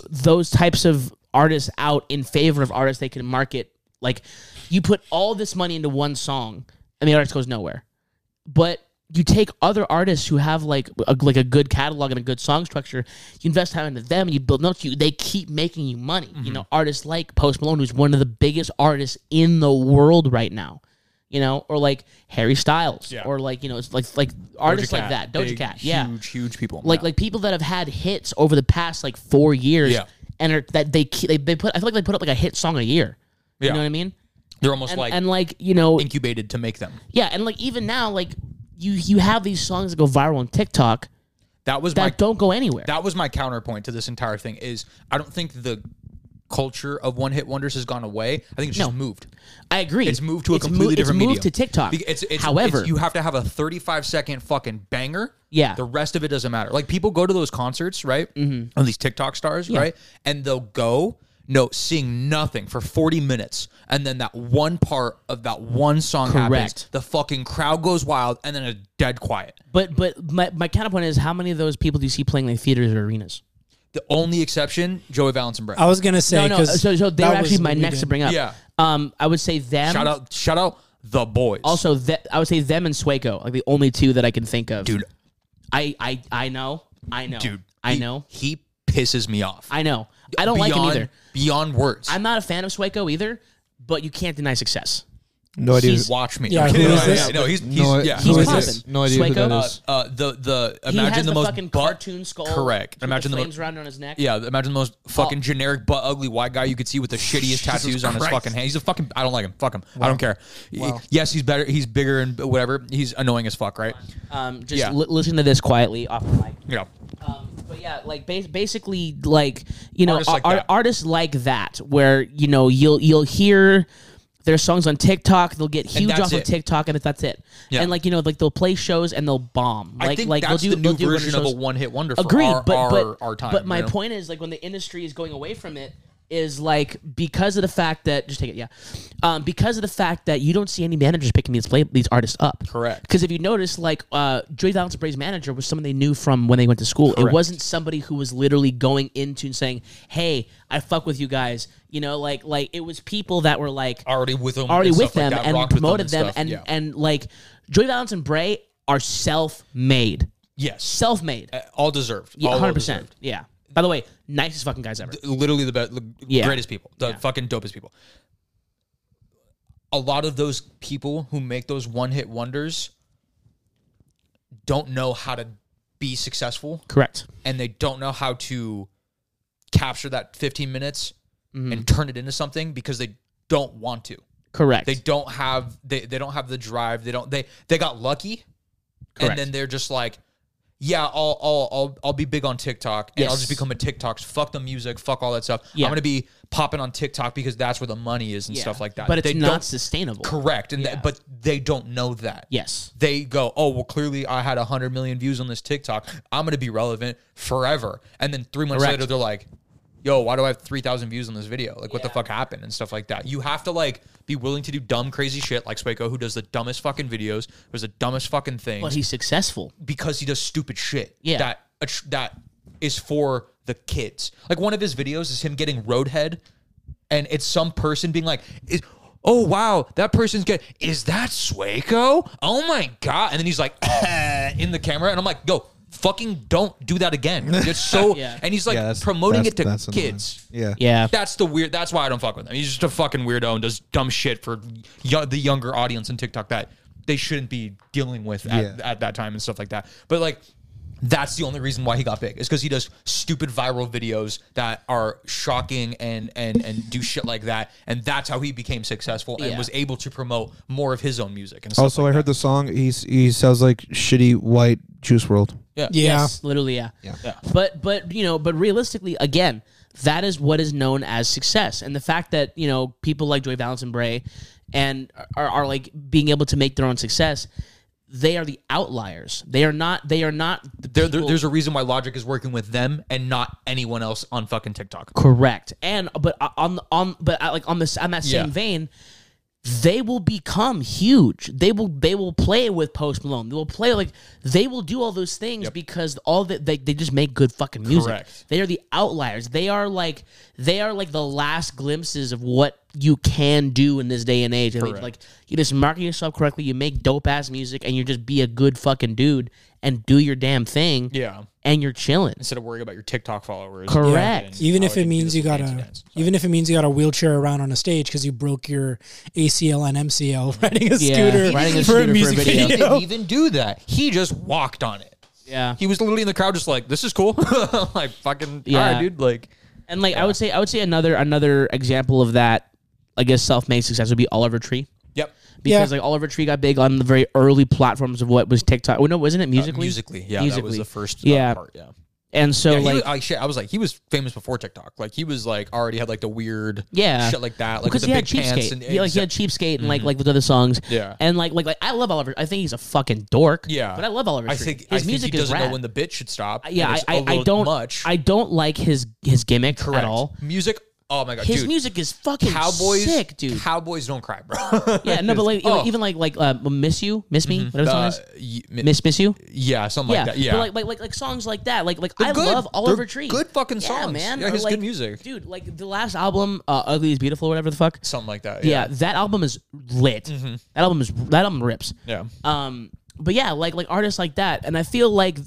A: those types of artists out in favor of artists they can market. Like, you put all this money into one song, and the artist goes nowhere. But you take other artists who have like a, like a good catalog and a good song structure. You invest time into them, and you build. Notice you, they keep making you money. You know, artists like Post Malone, who's one of the biggest artists in the world right now you know, or like Harry Styles, or like you know, it's like like artists like that, Doja
D: Big,
A: Cat, yeah,
D: Huge, huge people.
A: like
D: Yeah.
A: like people that have had hits over the past like four years,
D: Yeah.
A: and are that they keep, they they put I feel like they put up like a hit song a year, you
D: Yeah.
A: know what I mean,
D: they're almost
A: and
D: like
A: and like you know,
D: incubated to make them.
A: yeah, and like even now like you you have these songs that go viral on TikTok
D: That was
A: that
D: my
A: don't go anywhere.
D: that was my counterpoint to this entire thing is I don't think the culture of one hit wonders has gone away. I think it's just moved.
A: I agree.
D: It's moved to a
A: It's
D: completely
A: moved-
D: different
A: It's moved
D: medium.
A: to TikTok.
D: Be- It's, it's,
A: However,
D: it's- you have to have a 35 second fucking banger.
A: Yeah.
D: The rest of it doesn't matter. Like people go to those concerts, right? Mm-hmm. Or these TikTok stars, right? And they'll go, no, seeing nothing for 40 minutes. And then that one part of that one song happens.
A: Correct.
D: The fucking crowd goes wild and then it's dead quiet.
A: but but my my counterpoint is how many of those people do you see playing like theaters or arenas?
D: The only exception, Joey Valance and Brett.
C: I was gonna say
A: No, no.
C: because
A: So, so they were
C: that was
A: actually my
C: what we
A: next
C: did.
A: to bring up.
D: Yeah.
A: Um, I would say them.
D: shout out, shout out the boys.
A: Also, that I would say them and Swaco, like the only two that I can think of.
D: dude,
A: I I I know, I know,
D: dude,
A: I
D: he-
A: know,
D: He pisses me off.
A: I know. I don't like him either.
D: Beyond words.
A: I'm not a fan of Swaco either, but you can't deny success.
B: No idea.
A: He's-
D: Watch me.
C: Yeah,
D: No,
C: who
D: no,
C: is
D: no,
C: this?
D: No, he's, he's
B: no,
D: yeah.
B: no,
A: he's
B: idea,
A: popping.
B: no idea who
A: Swaco?
B: that
D: uh,
B: is.
D: uh, the the
A: he
D: imagine
A: has
D: the,
A: the,
D: most
A: fucking
D: butt,
A: cartoon skull.
D: Correct.
A: with
D: imagine
A: the
D: the,
A: flames Oh.
D: most
A: around on his neck.
D: yeah. Imagine the most fucking generic butt ugly white guy you could see with the shittiest tattoos on his fucking hand. He's a fucking. I don't like him. Fuck him. I don't care. Yes, he's better. He's bigger and whatever. He's annoying as fuck. Right.
A: Um, just
D: Yeah.
A: li- listen to this quietly off the mic.
D: Yeah.
A: Um, but yeah, like bas- basically, like you know,
D: Artists
A: ar-
D: like
A: ar-
D: that.
A: artists like that, where you know you'll you'll hear their songs on TikTok, they'll get huge
D: that's
A: off of
D: it.
A: TikTok, and that's it.
D: Yeah.
A: And like you know, like they'll play shows and they'll bomb. Like
D: I think
A: like
D: that's
A: they'll do
D: the new
A: they'll do
D: version of a
A: shows.
D: one hit wonder. For
A: Agreed,
D: our,
A: but
D: our,
A: but
D: our time.
A: but my
D: you know?
A: point is like when the industry is going away from it is like because of the fact that just take it yeah, um, because of the fact that you don't see any managers picking these play these artists up.
D: Correct.
A: Because if you notice, like uh, Joy Valance Bray's manager was someone they knew from when they went to school. It wasn't somebody who was literally going into and saying, "Hey, I fuck with you guys." You know, like like it was people that were like
D: already with them.
A: already
D: and
A: with
D: stuff
A: them
D: like that,
A: and
D: rocked with
A: promoted them,
D: stuff,
A: and
D: yeah.
A: and like Joy Valance and Bray are self made,
D: yes, Uh,
A: self made.
D: all deserved.
A: Yeah,
D: All well
A: hundred percent.
D: deserved.
A: Yeah. By the way, nicest fucking guys ever.
D: literally the best,
A: Yeah.
D: greatest people, the fucking dopest people. A lot of those people who make those one hit wonders don't know how to be successful
A: Correct.
D: and they don't know how to capture that 15 minutes
A: Mm-hmm.
D: and turn it into something because they don't want to.
A: Correct.
D: They don't have they, they don't have the drive. They don't they they got lucky
A: Correct.
D: and then they're just like yeah, I'll I'll I'll, I'll be big on TikTok and I'll
A: Yes.
D: just become a TikTok. Fuck the music, fuck all that stuff.
A: Yeah.
D: I'm gonna be popping on TikTok because that's where the money is and stuff like that.
A: But it's
D: They
A: not
D: don't-
A: sustainable.
D: correct, and th- but they don't know that.
A: Yes.
D: They go, oh well, clearly I had hundred million views on this TikTok. I'm gonna be relevant forever. And then three months
A: Correct.
D: later, they're like, yo, why do I have three thousand views on this video? Like, what the fuck happened and stuff like that. You have to like be willing to do dumb, crazy shit like Spako, who does the dumbest fucking videos, who does the dumbest fucking things
A: But he's successful.
D: because he does stupid shit.
A: Yeah.
D: That that is for the kids. Like one of his videos is him getting roadhead and it's some person being like, is, "Oh wow, that person's good. Is that Swaco? Oh my god!" And then he's like "Oh," in the camera, and I'm like, "Go." Fucking don't do that again. It's so,
A: Yeah.
D: and he's like
B: Yeah, that's-
D: promoting
B: that's-
D: it
B: that's
D: to
B: annoying.
D: kids.
B: Yeah.
A: Yeah.
D: That's the weird. That's why I don't fuck with him. He's just a fucking weirdo and does dumb shit for yo- the younger audience in TikTok that they shouldn't be dealing with at,
B: Yeah.
D: at that time and stuff like that. But like, that's the only reason why he got big is because he does stupid viral videos that are shocking and and and do shit like that. And that's how he became successful and
A: Yeah.
D: was able to promote more of his own music and stuff.
B: Also, I heard the song. He's he sounds like shitty white Juice World.
D: yeah.
C: Yeah.
A: Yes, literally, yeah.
B: Yeah.
A: But but you know, but realistically, again, that is what is known as success, and the fact that you know people like Joy Valance and Bray, and are, are like being able to make their own success. They are the outliers. They are not. They are not. The
D: There, there,
A: people-
D: there's a reason why Logic is working with them and not anyone else on fucking TikTok.
A: correct. And but on on but uh, like on this on that same
D: Yeah.
A: vein, they will become huge. They will they will play with Post Malone. They will play like they will do all those things because all that they, they just make good fucking music.
D: Correct.
A: They are the outliers. They are like they are like the last glimpses of what you can do in this day and age. I mean,
D: Correct.
A: like you just market yourself correctly, you make dope ass music, and you just be a good fucking dude and do your damn thing.
D: Yeah.
A: And you're chilling.
D: Instead of worrying about your TikTok followers.
A: Correct.
D: and
C: Even
D: how
C: if it
D: can be
C: means you
D: this
C: got
D: with
C: a,
D: dance.
C: even if it means you got a wheelchair around on a stage because you broke your ACL and MCL riding a
A: Yeah,
C: scooter
A: riding a
C: for
A: scooter for
C: a
A: a
C: music
A: video.
C: video.
D: He didn't even do that. He just walked on it.
A: Yeah.
D: He was literally in the crowd, just like, "This is cool." like, fucking, yeah,
A: Yeah.
D: dude. Like,
A: And like I would say, I would say another another example of that, I guess, self made success would be Oliver Tree
D: yep.
A: because
C: Yeah.
A: like Oliver Tree got big on the very early platforms of what was TikTok. Oh no, wasn't it musically?
D: Uh, musically, yeah, that was
A: Musically.
D: the first, uh,
A: Yeah.
D: part, yeah.
A: And so
D: Yeah, he
A: like,
D: was- I, shit, I was like, he was famous before TikTok. Like, he was like already had like the weird,
A: Yeah.
D: shit like that, like
A: because
D: with the
A: he had
D: big
A: cheapskate,
D: pants and Mm-hmm.
A: he, like, he had cheapskate and like like with other songs.
D: Yeah.
A: And like like like I love Oliver. I think he's a fucking dork.
D: Yeah.
A: But I love Oliver.
D: I
A: Tree.
D: think
A: his
D: I think
A: music
D: he
A: is
D: doesn't
A: rad.
D: know when the bit should stop. and
A: yeah,
D: it's
A: I,
D: a
A: I, I
D: little
A: don't
D: much.
A: I don't like his his gimmick
D: Correct.
A: at all.
D: Music. Oh my god,
A: His
D: dude.
A: music is fucking
D: Cowboys,
A: sick, dude.
D: Cowboys don't cry, bro.
A: yeah, no, but like
D: Oh.
A: even like like uh, miss you, miss me, whatever the song
D: Uh,
A: is.
D: y-
A: Miss miss you.
D: yeah, something
A: yeah,
D: like that. Yeah,
A: But like, like like like songs like that. Like like I
D: good.
A: love Oliver
D: They're
A: Tree.
D: good fucking
A: yeah,
D: songs.
A: man.
D: Yeah,
A: Or,
D: he's good
A: like,
D: music.
A: dude. Like the last album, uh, "Ugly Is Beautiful" or whatever the fuck.
D: something like that.
A: Yeah, that album is lit. That album is that album rips.
D: Mm-hmm. Yeah.
A: Um, but yeah, like like artists like that, and I feel like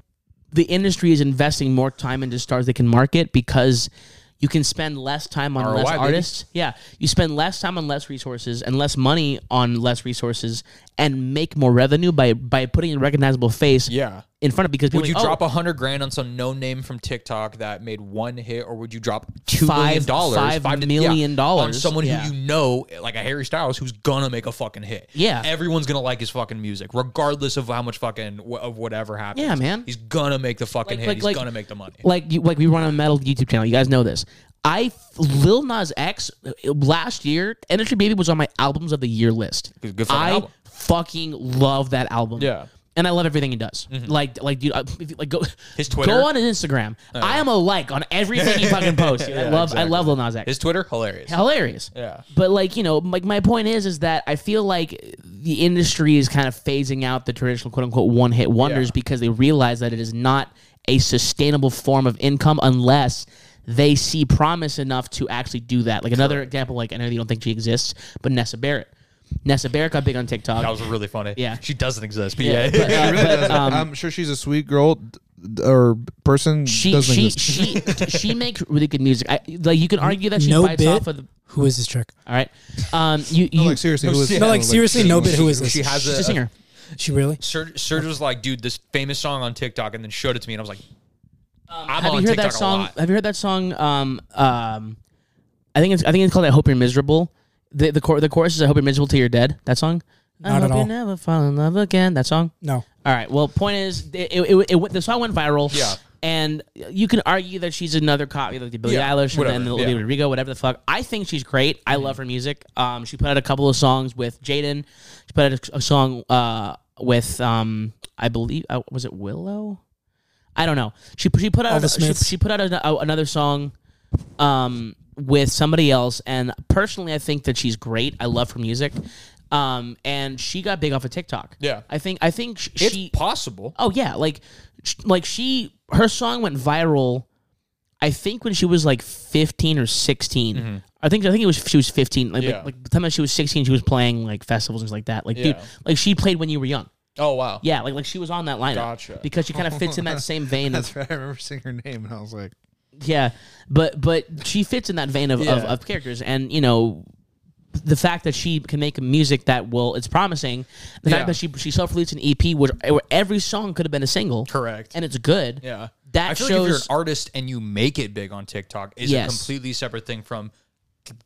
A: the industry is investing more time into stars they can market because you can spend less time on
D: ROI,
A: less
D: baby.
A: artists. Yeah, you spend less time on less resources and less money on less resources, and make more revenue by by putting a recognizable face
D: Yeah.
A: in front of because people
D: Would you
A: like, oh,
D: drop a hundred grand on some no name from TikTok that made one hit, or would you drop two million
A: Five-
D: dollars,
A: five
D: to-
A: million
D: on
A: dollars.
D: someone
A: Yeah.
D: who you know, like a Harry Styles, who's gonna make a fucking hit?
A: Yeah.
D: everyone's gonna like his fucking music, regardless of how much fucking wh- of whatever happens.
A: Yeah, man.
D: he's gonna make the fucking
A: Like-
D: hit.
A: like-
D: he's
A: like-
D: gonna make the money.
A: like you, like we run a metal YouTube channel. You guys know this. I Lil Nas X uh, last year, Energy Baby was on my albums of the year list.
D: Good- good fucking
A: I
D: album.
A: fucking love that album.
D: Yeah. Mm-hmm.
A: And I love everything he does. Like, like, dude, I, if you- like, go
D: His Twitter?
A: Go on his Instagram. I am a like on everything he fucking posts. dude. I love, I love Lil Nas X
D: his Twitter, hilarious.
A: hilarious.
D: Yeah.
A: But like you know, like my point is, is that I feel like the industry is kind of phasing out the traditional quote unquote one hit wonders
D: Yeah.
A: because they realize that it is not a sustainable form of income unless they see promise enough to actually do that. Like another example, like I know you don't think she exists, but Nessa Barrett. Nessa Barrett got big on TikTok.
D: that was really funny.
A: Yeah.
D: she doesn't exist, but yeah,
A: but, uh, but, um,
B: I'm sure she's a sweet girl d- d- or person.
A: she
B: doesn't
A: she
B: exist.
A: she she makes really good music. I, like you can argue that she
C: No
A: bites
C: bit.
A: off of the.
C: Who is this chick?
A: All right, um, you you
B: No, like seriously, who is
D: she-
C: No, like seriously, no bit. Who is
D: she
C: this?
D: has
A: she's a
D: a, a
A: singer.
C: She really?
D: Serge, Serge was like, dude, this famous song on TikTok, and then showed it to me, and I was like, I'm
A: Um, have
D: on
A: you heard
D: TikTok
A: that song?
D: a lot.
A: Have you heard that song? Um, um, I think it's I think it's called "I Hope You're Miserable." The the, chor- the chorus is "I Hope You're Miserable Till You're Dead." That song. I
C: Not
A: hope
C: at all.
A: You never fall in love again. That song.
C: No.
A: All right. Well, point is, it, it, it, it went- the song went viral.
D: Yeah.
A: And you can argue that she's another copy of the Billie
D: Yeah,
A: Eilish
D: whatever,
A: and then the
D: yeah.
A: Olivia Rodrigo, whatever the fuck. I think she's great. I love her music. Um, she put out a couple of songs with Jaden. She put out a, a song uh with um, I believe uh, was it Willow. I don't know. She she put out
C: the
A: she,
C: Smiths.
A: she put out an- uh, another song um, with somebody else, and personally, I think that she's great. I love her music, um, and she got big off of TikTok.
D: Yeah.
A: I think I think sh-
D: It's
A: she.
D: possible.
A: oh yeah, like sh- like she her song went viral. I think when she was like fifteen or 16 I think I think it was she was 15. Like,
D: Mm-hmm. Yeah.
A: like, like by the time that she was 16, she was playing like festivals and things like that. Like dude,
D: Yeah.
A: like she played when you were young.
D: Oh wow.
A: Yeah, like like she was on that lineup
D: Gotcha.
A: because she kind of fits in that same vein. Of,
B: That's right. I remember seeing her name, and I was like,
A: yeah, but but she fits in that vein of, of,
D: Yeah.
A: of characters, and you know. The fact that she can make music that will it's promising. The
D: Yeah.
A: fact that she she self released an EP which where every song could have been a single,
D: Correct.
A: and it's good.
D: Yeah.
A: that
D: I feel
A: shows
D: like if you're an artist and you make it big on TikTok is
A: Yes.
D: a completely separate thing from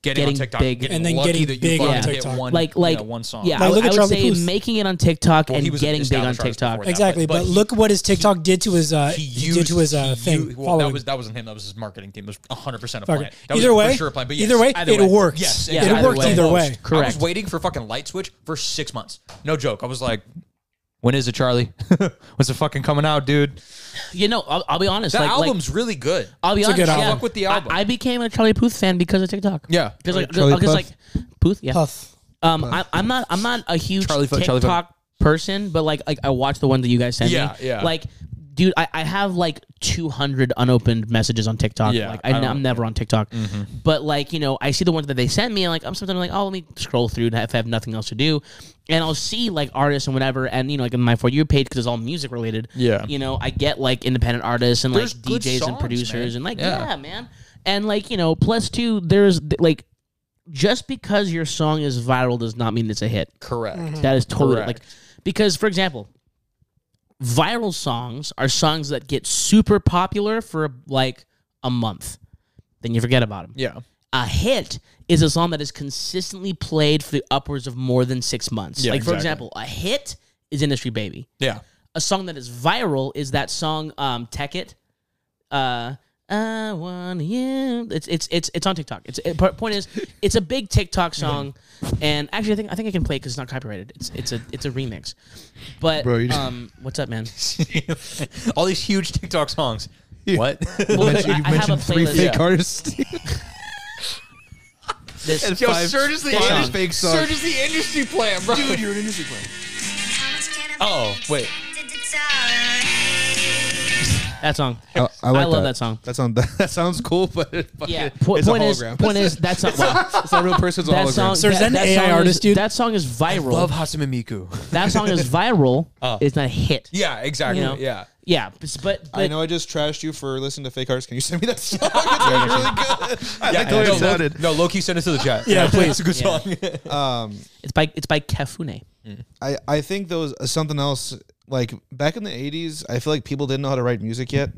D: getting,
A: Getting
D: on TikTok
A: big.
D: getting
C: And then
D: lucky
C: getting
D: that you
C: big
D: fucking
A: on
D: hit
C: TikTok.
D: One,
A: like like
D: you know, one song.
A: Yeah,
C: Like,
A: I,
C: look
A: I
C: at
A: would
C: Charlie
A: say
C: Puth.
A: making it on TikTok
D: Well, he
A: and
D: was
A: getting big on
D: established artist
A: TikTok.
D: before that,
C: Exactly, but,
D: he-
C: look what his TikTok did to his uh,
D: he
C: he,
D: used
C: did to his uh,
D: he
C: thing.
D: used- well,
C: following.
D: that was that wasn't him. That was his marketing team. It was 100 percent a
C: Fuck
D: plan.
C: it.
D: That was
C: Either
D: for
C: way-
D: sure a plan, but
C: either
D: yes,
C: way, it worked.
D: Yes,
A: Yeah,
D: did.
A: it worked
D: way.
A: either
C: way.
D: I was
A: Correct.
D: waiting for fucking light switch for six months. No joke. I was like, when is it, Charlie? When's it fucking coming out, dude?
A: You know, I'll, I'll be honest.
D: That
A: like, like,
D: album's really good.
A: I'll be
C: a
A: honest.
C: good album.
A: yeah.
D: Fuck with the
A: I-
D: album.
A: I, became a Charlie Puth fan because of TikTok.
D: Yeah.
A: because like,
B: Charlie
A: because
B: Puth?
A: like Puth. Yeah.
C: Puff.
A: Um, I, I'm not. I'm not a huge
D: Charlie Puth, Charlie Puth.
A: TikTok person, but like, like I watch the ones that you guys send
D: Yeah,
A: me.
D: yeah.
A: Like, dude, I, I have like 200 unopened messages on TikTok.
D: Yeah,
A: Like,
D: I
A: I,
D: don't- Mm-hmm.
A: am never on TikTok, but like you know, I see the ones that they send me, and like I'm sometimes like, oh, let me scroll through if I have nothing else to do, and I'll see like artists and whatever, and you know, like in my for you page because it's all music related.
D: Yeah.
A: You know, I get like independent artists and
D: There's
A: like
D: good
A: DJs
D: songs,
A: and producers
D: man.
A: and like
D: Yeah.
A: yeah, man, and like you know, plus two, there's like just because your song is viral does not mean it's a hit.
D: Correct.
C: Mm-hmm.
A: That is totally
D: Mm. Correct.
A: like because for example, viral songs are songs that get super popular for like a month, then you forget about them.
D: Yeah.
A: A hit is a song that is consistently played for upwards of more than six months.
D: Yeah,
A: like for
D: exactly.
A: example, a hit is Industry Baby
D: Yeah.
A: a song that is viral is that song um Tech It. Uh I want you. It's it's it's it's on TikTok. It's it, po- point is it's a big TikTok song, and actually I think I think I can play because it's not copyrighted. It's it's a it's a remix, but
B: Bro, you just-
A: um what's up, man?
D: All these huge TikTok songs. What?
A: Well,
B: you mentioned,
A: I,
B: you
A: I have a
B: mentioned three
A: playlist.
B: fake
D: Yeah.
B: artists.
A: This,
D: Yo,
B: Five
D: Surge is the
A: fake
D: indus-
A: songs.
B: Fake songs.
D: Surge is the industry plan, bro. Dude, you're an industry Oh, wait.
A: that song.
B: I, Oh, I,
A: I love that song.
B: That sound that, sounds cool, but it fucking,
A: Yeah. Po-
B: it's
A: point
B: a
A: is
B: hologram.
A: point is that's not wow.
B: it's not a real person. It's a
A: that
B: hologram.
A: song.
C: So is that an AI
A: song
C: artist,
A: is,
C: dude?
A: That song is viral.
D: Love Hatsune Miku.
A: that song is viral. it's not a hit.
D: Yeah, exactly.
A: You know?
D: Yeah.
A: Yeah, but but,
B: I know I just trashed you for listening to fake artists. Can you send me that song? It's really good. I like the way
D: no,
B: it
D: Lo-
B: sounded.
D: no, Loki sent us to the chat.
C: Yeah, please.
D: It's a good song.
A: it's by it's by Kafune.
B: I, I think there was something else. Like back in the '80s, I feel like people didn't know how to write music yet,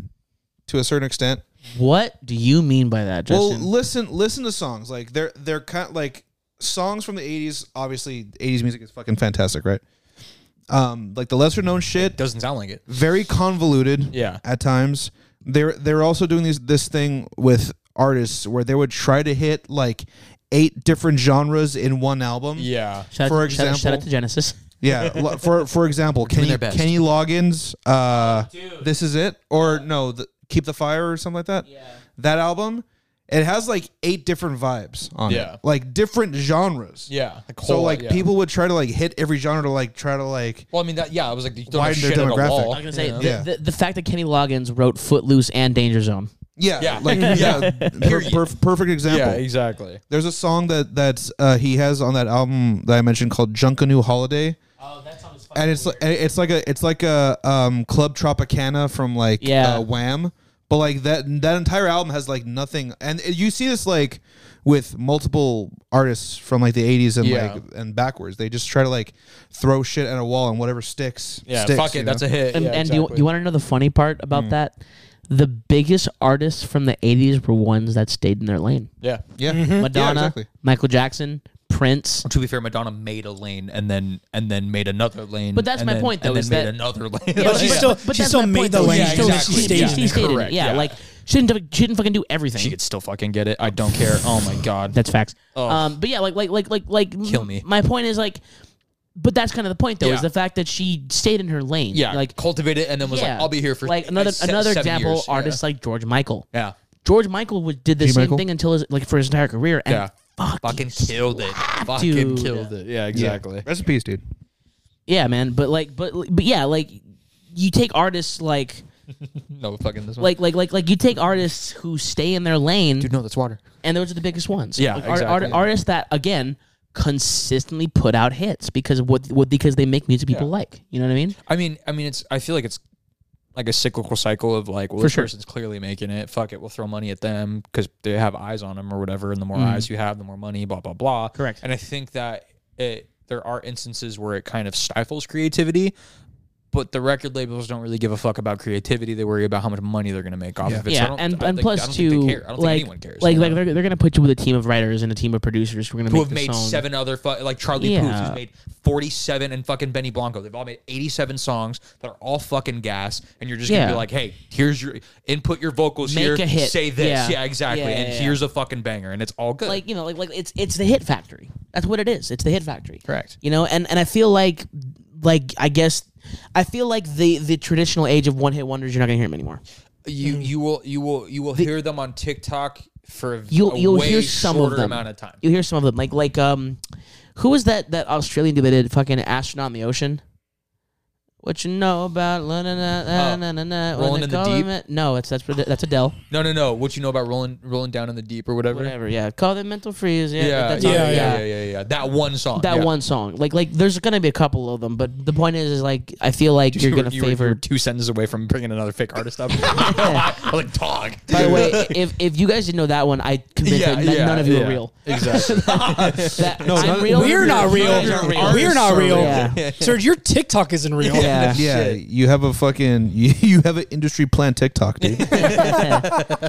B: to a certain extent.
A: What do you mean by that, Justin?
B: Well, listen, listen to songs like they're they're kind like songs from the '80s. Obviously, '80s music is fucking fantastic, right? Um, like the lesser known shit,
D: Doesn't sound like it.
B: very convoluted.
D: Yeah.
B: At times, they're they're also doing these this thing with artists where they would try to hit like eight different genres in one album.
D: Yeah.
A: shout
B: for
A: out, shout out- shout out
B: example-
A: to Genesis.
B: Yeah. lo- for for example, Kenny
D: their best.
B: Kenny Loggins, uh, this is it, or no, the, Keep the Fire or something like that. Yeah. That album, it has like eight different vibes on
D: Yeah.
B: it, like different genres.
D: Yeah. Like
B: So
D: whole-
B: like
D: yeah.
B: people would try to like hit every genre to like try to like
D: Well, I mean that. Yeah, I was like, you don't have
B: Widen their
D: shit on the
B: demographic.
D: wall.
B: I
A: I'm gonna say the,
B: Yeah.
A: the, the fact that Kenny Loggins wrote Footloose and Danger Zone.
B: yeah
D: Yeah.
B: like
D: Yeah.
B: yeah per, per, perfect example.
D: exactly.
B: There's a song that that's uh, he has on that album that I mentioned called Junk a New Holiday.
A: Oh, that song is fucking
B: and it's like it's like a it's like a um, club Tropicana from like
A: Yeah.
B: uh, Wham, but like that that entire album has like nothing, and it- you see this like with multiple artists from like the '80s and
D: Yeah.
B: like and backwards. They just try to like throw shit at a wall and whatever sticks.
D: Yeah.
B: sticks,
D: fuck it.
B: you
D: That's
B: know?
D: a hit.
A: And,
D: yeah,
A: and do you,
D: exactly.
A: you want to know the funny part
B: Mm.
A: about that? The biggest artists from the '80s were ones that stayed in their lane.
D: Yeah.
A: Mm-hmm.
B: Mm-hmm. yeah.
A: Madonna,
B: exactly.
A: Michael Jackson, Prince.
D: To be fair, Madonna made a lane and then and then made another lane.
A: But that's
D: and
A: my
D: then-
A: point, though,
D: And then
A: is
D: made
A: that-
D: another lane.
C: but she
D: Yeah.
C: still- she
A: that's
C: still
A: my
C: made
A: point,
C: the
A: though,
C: lane.
A: She
D: Yeah,
A: still,
D: exactly.
A: she,
D: Yeah.
A: she stayed in it.
D: Correct,
A: Yeah,
D: yeah.
A: like she didn't she didn't fucking do everything.
D: She could still fucking get it. I don't care. Oh my god.
A: That's facts. Um, but yeah, like, like, like, like, like,
D: Oh. Kill me.
A: My point is like, but that's kind of the point though,
D: Yeah.
A: is the fact that she stayed in her lane.
D: yeah.
A: like,
D: Like cultivated and then was
A: yeah,
D: like, I'll be here for
A: like another
D: se-
A: another
D: seven
A: example.
D: years.
A: Artists like George Michael.
D: Yeah. yeah.
A: George Michael would, did the
B: G.
A: same
B: Michael?
A: thing until his, like for his entire career, and
D: Yeah.
A: fuck,
D: Fucking killed it. Fucking
A: dude.
D: killed it. Yeah,
B: Yeah.
D: exactly.
B: Rest in peace, dude.
A: yeah, man. But like, but but yeah, like you take artists like
D: No, fucking this one.
A: Like, like, like, like you take artists who stay in their lane,
D: dude, no, that's water.
A: and those are the biggest ones.
D: Yeah,
A: Like,
D: exactly.
A: artists that again consistently put out hits because of what, what because they make music people
D: Yeah.
A: like. You know what I mean?
D: I mean, I mean, it's. I feel like it's like a cyclical cycle of like, well, this
A: sure.
D: person's clearly making it. Fuck it, we'll throw money at them because they have eyes on them or whatever. And the more eyes you have, the more money. Blah blah blah.
A: Mm-hmm. Correct.
D: And I think that it there are instances where it kind of stifles creativity. But the record labels don't really give a fuck about creativity. They worry about how much money they're going to make off of it. So I
A: yeah,
D: don't- I
A: and
D: don't
A: and
D: think- I
A: plus
D: don't
A: two,
D: think they care. I don't
A: like,
D: think anyone cares.
A: like,
D: you
A: like
D: know?
A: they're, they're gonna put you with a team of writers and a team of producers who are gonna
D: who
A: make
D: have
A: the
D: made
A: song.
D: seven other fu- like Charlie Puth,
A: Yeah.
D: who's made forty-seven, and fucking Benny Blanco. They've all made eighty-seven songs that are all fucking gas, and you're just
A: Yeah.
D: gonna be like, "Hey, here's your input your vocals
A: Make
D: here,
A: a hit.
D: say this,
A: Yeah.
D: yeah, exactly,
A: Yeah,
D: and
A: yeah, yeah.
D: here's a fucking banger, and it's all good."
A: like you know like like it's it's the hit factory that's what it is it's the hit factory
D: Correct.
A: you know and and i feel like like i guess i feel like the the traditional age of one hit wonders you're not gonna hear them anymore
D: you,
A: Mm.
D: you will, you will, you will hear them on TikTok for a,
A: you'll
D: a
A: you'll
D: way
A: hear some of
D: shorter
A: them
D: amount of time.
A: you'll hear some of them like like um who was that that australian dude that did fucking astronaut in the ocean what you know about la, na, na, na,
D: Oh,
A: na, na, na, when
D: Rolling in the Deep?
A: government- no it's that's that's adele
D: No, no, no. What you know about rolling, rolling down in the deep or whatever?
A: whatever yeah call them mental freeze yeah
D: Yeah,
A: that's
D: yeah,
A: all-
D: yeah, yeah, yeah, yeah, yeah. That one song.
A: that
D: yeah.
A: one song. Like like there's gonna be a couple of them, but the point is is like I feel like you're
D: You were-
A: gonna
D: you were- you were
A: favor.
D: two sentences away from bringing another fake artist up. I was like, dog.
A: By the way, i- if if you guys didn't know that one, I convinced
D: Yeah,
A: that n-
D: yeah,
A: none of you
D: yeah.
A: are real.
D: Exactly.
A: That,
B: No,
A: I'm
B: none-
A: real,
C: We're
A: you're
C: not real.
A: None of you are real.
C: We're not
D: Artists are
C: real.
A: real.
C: Serge, your TikTok isn't real.
A: Yeah.
B: Yeah, you have a fucking you, you have an industry plan TikTok, dude.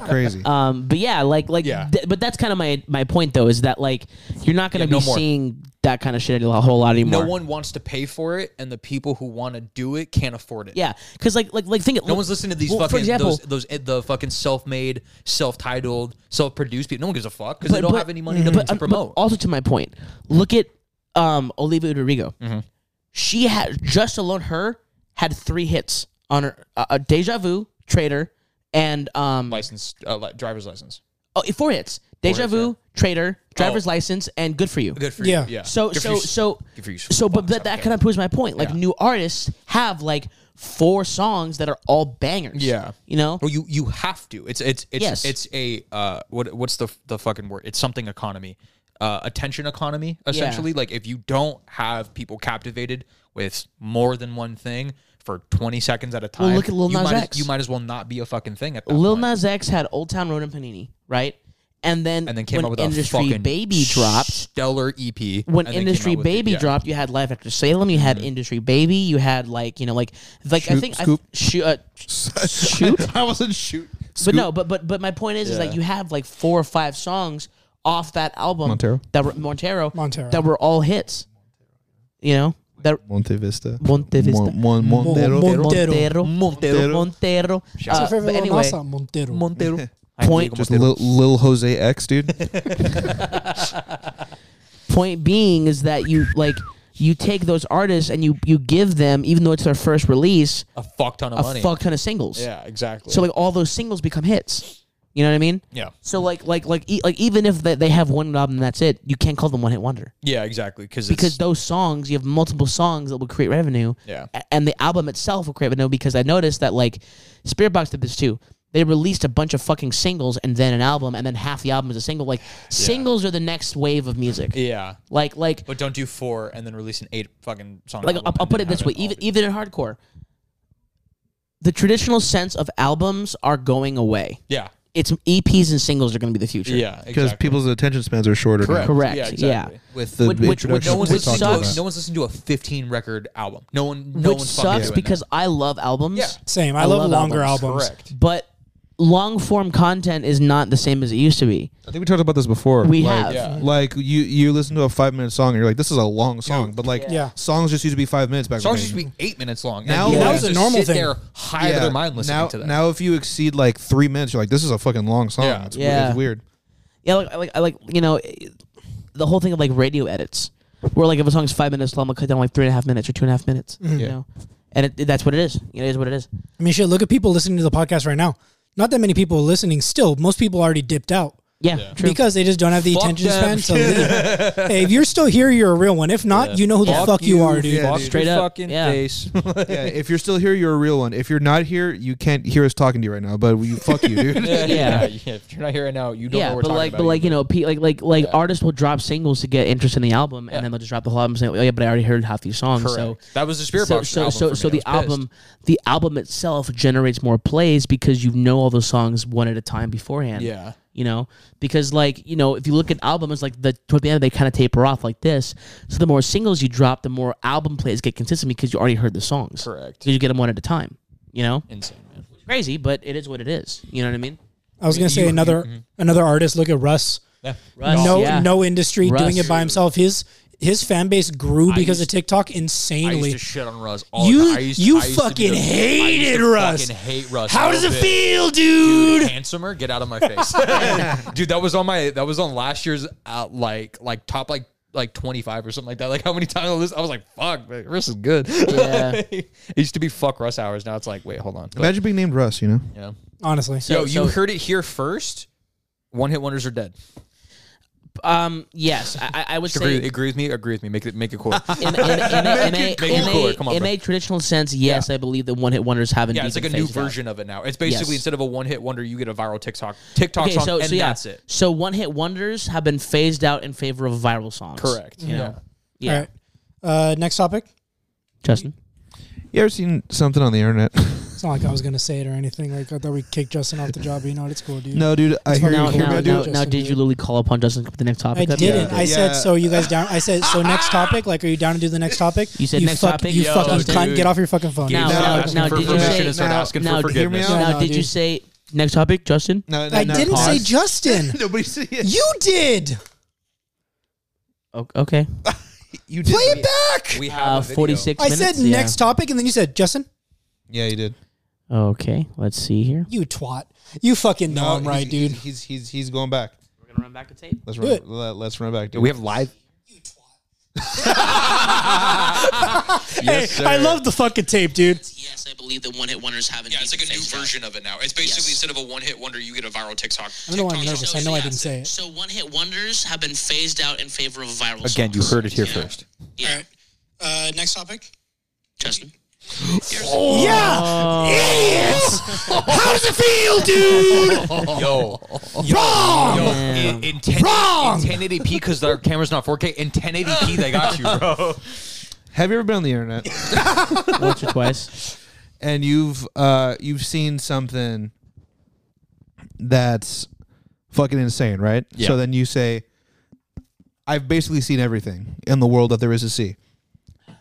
B: Crazy.
A: Um, but yeah, like like,
D: Yeah.
A: th- but that's kind of my my point though is that like you're not gonna
D: Yeah, no
A: be
D: more.
A: seeing that kind of shit a whole lot anymore.
D: No one wants to pay for it, and the people who want to do it can't afford it.
A: Yeah, because like like like think it.
D: No one's listening to these
A: well,
D: fucking
A: For example,
D: those those eh, the fucking self-made, self-titled, self-produced people. No one gives a fuck because they don't have any money to,
A: but-
D: to
A: uh, but
D: promote.
A: also, to my point, look at um, Olivia Rodrigo.
D: Mm-hmm.
A: She had just alone her had three hits on her: uh, uh, "Deja Vu," "Traitor," and um,
D: license, uh, li- driver's license.
A: oh, four hits: "Deja
D: hits,
A: Vu," "Traitor," "Driver's
D: Oh.
A: License," and "Good for You."
D: Good for
C: Yeah.
D: you. Yeah.
A: So
D: Good for
A: so
D: you.
A: so
D: good for you,
A: so, but,
D: Fox,
A: but
D: I'm
A: that
D: good.
A: kind of proves my point. Like
D: Yeah.
A: new artists have like four songs that are all bangers.
D: Yeah.
A: you know.
D: Well, you you have to. It's it's it's
A: Yes.
D: it's a uh what what's the the fucking word? It's something economy, uh attention economy essentially. Like if you don't have people captivated with more than one thing for twenty seconds at a time,
A: look at Lil
D: you
A: Nas
D: might as-
A: X.
D: you might as well not be a fucking thing at that
A: Lil
D: point.
A: Nas X had Old Town Road and Panini, right? And then
D: and then came
A: when
D: out with
A: Industry
D: a fucking
A: Baby dropped.
D: stellar EP.
A: When
D: and then came
A: Industry
D: out with it.
A: Baby
D: Yeah. Mm-hmm.
A: dropped, you had Live After Salem, you had Industry Baby, you had like you know like like I
B: Shoot,
A: think
B: Scoop.
A: I, shoot, uh, shoot,
B: I wasn't shoot.
A: but no, but but but my point is is that you have like four or five songs off that album
B: Montero?
A: that were Montero
C: Montero.
A: that were all hits, you know that
B: Monte Vista.
A: Monte Vista.
B: Mon, Mon, Montero.
C: Mon-
A: Montero
C: Montero.
A: Montero Montero. Uh,
C: Favorite
A: but
C: one,
A: anyway,
C: Masa Montero.
D: Montero.
A: Point-
B: Just Lil, Lil Jose X, dude.
A: point being is that you like you take those artists and you you give them even though it's their first release
D: a fuck ton of
A: a
D: money.
A: fuck ton of singles
D: Yeah, exactly.
A: so like all those singles become hits you know what i mean
D: yeah.
A: so like like like e- like even if they, they have one album and that's it you can't call them one hit wonder
D: Yeah, exactly. Because
A: because those songs you have multiple songs that will create revenue
D: Yeah.
A: a- and the album itself will create revenue because i noticed that like spirit box did this too they released a bunch of fucking singles and then an album and then half the album is a single like singles are the next wave of music
D: yeah.
A: like like
D: But don't do four and then release an eight fucking song.
A: like I'll,
D: album
A: I'll
D: and
A: put
D: then
A: it this
D: have
A: way
D: all
A: even
D: be-
A: even in hardcore the traditional sense of albums are going away
D: yeah,
A: it's eps and singles are going to be the future
D: yeah, exactly.
B: Because people's attention spans are shorter. now.
D: correct,
A: Correct,
D: yeah,
A: yeah.
D: exactly.
B: With the
A: Which- which-
B: introduction
D: No
A: which
D: one's
B: of TikTok
D: listening.
B: and
D: To
A: sucks.
D: a, no one's listening to a fifteen record album. No one. No
A: which
D: one's fucking
A: sucks
D: doing
A: because i love albums
D: Yeah.
C: Same. I, love, longer
D: that.
C: albums.
D: correct.
A: but long form content is not the same as it used to be
B: I think we talked about this before.
A: We
B: like,
A: have.
D: Yeah.
B: Like you, you listen to a five minute song and you're like, this is a long song. But like,
C: Yeah.
B: songs just used to be five minutes back. in the
D: Songs
B: day.
D: used to be eight minutes long.
B: Now-
D: and
B: Yeah,
D: people
B: that was a
D: just
C: normal
D: sit
C: thing.
D: There, high out of their mind listening
B: now,
D: to that.
B: Now, if you exceed like three minutes, you're like, this is a fucking long song.
D: Yeah.
B: It's,
A: Yeah.
B: it's weird.
A: Yeah, like, like, I like you know, the whole thing of like radio edits, where like if a song's five minutes long, I'll cut down like three and a half minutes or two and a half minutes. You know, and it, that's what it is. You know, it is what it is.
C: I mean, shit, look at people listening to the podcast right now. Not that many people are listening still. Most people already dipped out.
A: Yeah, true.
C: because they just don't have the
D: Fuck
C: attention span.
D: them.
C: So hey, if you're still here, you're a real one. If not, you know who the fuck, you, are, dude.
B: Yeah,
D: Fuck
B: dude.
A: Straight
D: your
A: up,
D: fucking
A: yeah.
D: face.
B: yeah, if you're still here, you're a real one. If you're not here, you can't hear us talking to you right now. But you fuck you, dude.
D: yeah,
A: Yeah.
D: If you're not here right now, you don't know
A: yeah,
D: what
A: but
D: we're
A: like,
D: talking
A: but
D: about.
A: like you know, pe- like like like
D: Yeah.
A: artists will drop singles to get interest in the album,
D: Yeah.
A: and then they'll just drop the whole album saying, "Oh yeah, but I already heard half these songs."
D: Correct.
A: So
D: that was the spirit
A: so
D: box.
A: so
D: album
A: so,
D: for
A: so
D: me.
A: the
D: I was pissed.
A: album the album itself generates more plays because you know all those songs one at a time beforehand.
D: Yeah.
A: You know, because like you know, if you look at albums, like the toward the end they kind of taper off like this. So the more singles you drop, the more album plays get consistent because you already heard the songs.
D: Correct.
A: So you get them one at a time. You know,
D: Insane, man.
A: crazy, but it is what it is. You know what I mean?
C: I was gonna say another another artist. Look at Russ.
A: Russ,
C: no
A: yeah.
C: no industry
A: Russ.
C: doing it by himself. His his fan base grew because
D: used-
C: of TikTok
D: I
C: insanely.
D: used to shit on Russ all
C: You-
D: the time. I used,
C: you
D: I used to be
C: fucking
D: the- I used to
C: hated
D: fucking
C: Russ.
D: hate Russ.
C: How
D: a
C: does it
D: little bit.
C: feel, dude?
D: handsomer get out of my face dude that was on my that was on last year's uh, like like top like like 25 or something like that like how many times I was- i was like fuck man, russ is good
A: Yeah.
D: it used to be fuck russ hours now it's like wait hold on But,
B: Imagine being named Russ. You know.
D: yeah.
C: Honestly,
D: yo you
A: so-
D: heard it here first one hit wonders are dead
A: Um. Yes, I, I- I would
D: agree,
A: say
D: agree with me agree with me make it make it cool
A: in, in, in, a, in, a,
D: Make it
A: in,
D: cooler.
A: a,
D: Come on,
A: in
D: bro.
A: a traditional sense, yes, I believe that one hit wonders haven't.
D: yeah it's like
A: even
D: a new
A: phased out.
D: version of it now it's basically
A: Yes.
D: instead of a one hit wonder you get a viral tiktok tiktok
A: Okay,
D: song
A: so
D: and
A: so yeah,
D: that's it
A: so one hit wonders have been phased out in favor of viral songs.
D: correct yeah,
A: Yeah,
C: All right. Uh, next topic.
A: Justin.
B: You ever seen something on the internet?
C: It's not like I was gonna say it or anything. Like I thought we kicked Justin off the job. But you know what? It's cool, dude.
B: no, dude. I hear
A: Now,
B: you. Hear
A: now,
B: me,
A: now,
B: dude.
C: Justin,
A: now, did
C: dude.
A: you literally call upon Justin with the next topic?
C: I
A: That'd be
C: didn't.
A: good.
C: I said
B: Yeah.
C: so. You guys down? I said so. Next topic. Like, are you down to do the next topic?
A: You said next
C: fuck-
A: topic?
C: You
A: Yo,
C: fucking cunt.
D: dude.
C: Get off your fucking phone.
A: Now-
D: Start
A: now- now,
D: asking for
A: did you
D: permission
A: say-
D: and start
B: now-
D: asking
A: now-
D: for
A: hear
B: me
D: forgiveness.
B: out.
A: Now,
C: No,
A: did you
C: dude.
A: say next topic, Justin?
B: No, no,
C: I
B: no,
C: didn't say
B: pause.
C: Justin.
B: Nobody said it.
C: You did.
A: O- Okay,
B: You
C: Play
B: did.
C: it back.
D: we have
A: uh,
D: a video.
A: forty-six.
C: I
A: minutes?
C: said
A: Yeah.
C: next topic, and then you said Justin.
B: Yeah, you did.
A: Okay, let's see here.
C: You twat. You fucking know I'm right, dude.
B: Oh, He's he's he's going back.
A: We're gonna run back to tape.
B: Let's
C: Do
B: run.
C: it.
B: Let, let's run back. Dude.
D: We have live.
C: Hey, I love the fucking tape, dude.
A: Yes, I believe that one hit wonders haven't.
D: Yeah, it's like a new version of it now. It's basically instead of a one hit wonder, you get a viral TikTok.
C: I don't know why Oh, I'm nervous. I know I didn't say it.
A: So one hit wonders have been phased out in favor of viral.
D: heard it here first.
A: Yeah.
C: Uh, next topic.
A: Justin.
C: Yeah, idiots.
B: Oh.
C: How does it feel, dude?
D: Yo,
C: Wrong.
D: yo, in, in 10,
C: Wrong!
D: in 1080p because their camera's not 4K. In 1080p, they got you, bro.
B: Have you ever been on the internet
A: Once or twice.
B: and you've uh you've seen something that's fucking insane, right?
D: Yeah.
B: So then you say, "I've basically seen everything in the world that there is to see," and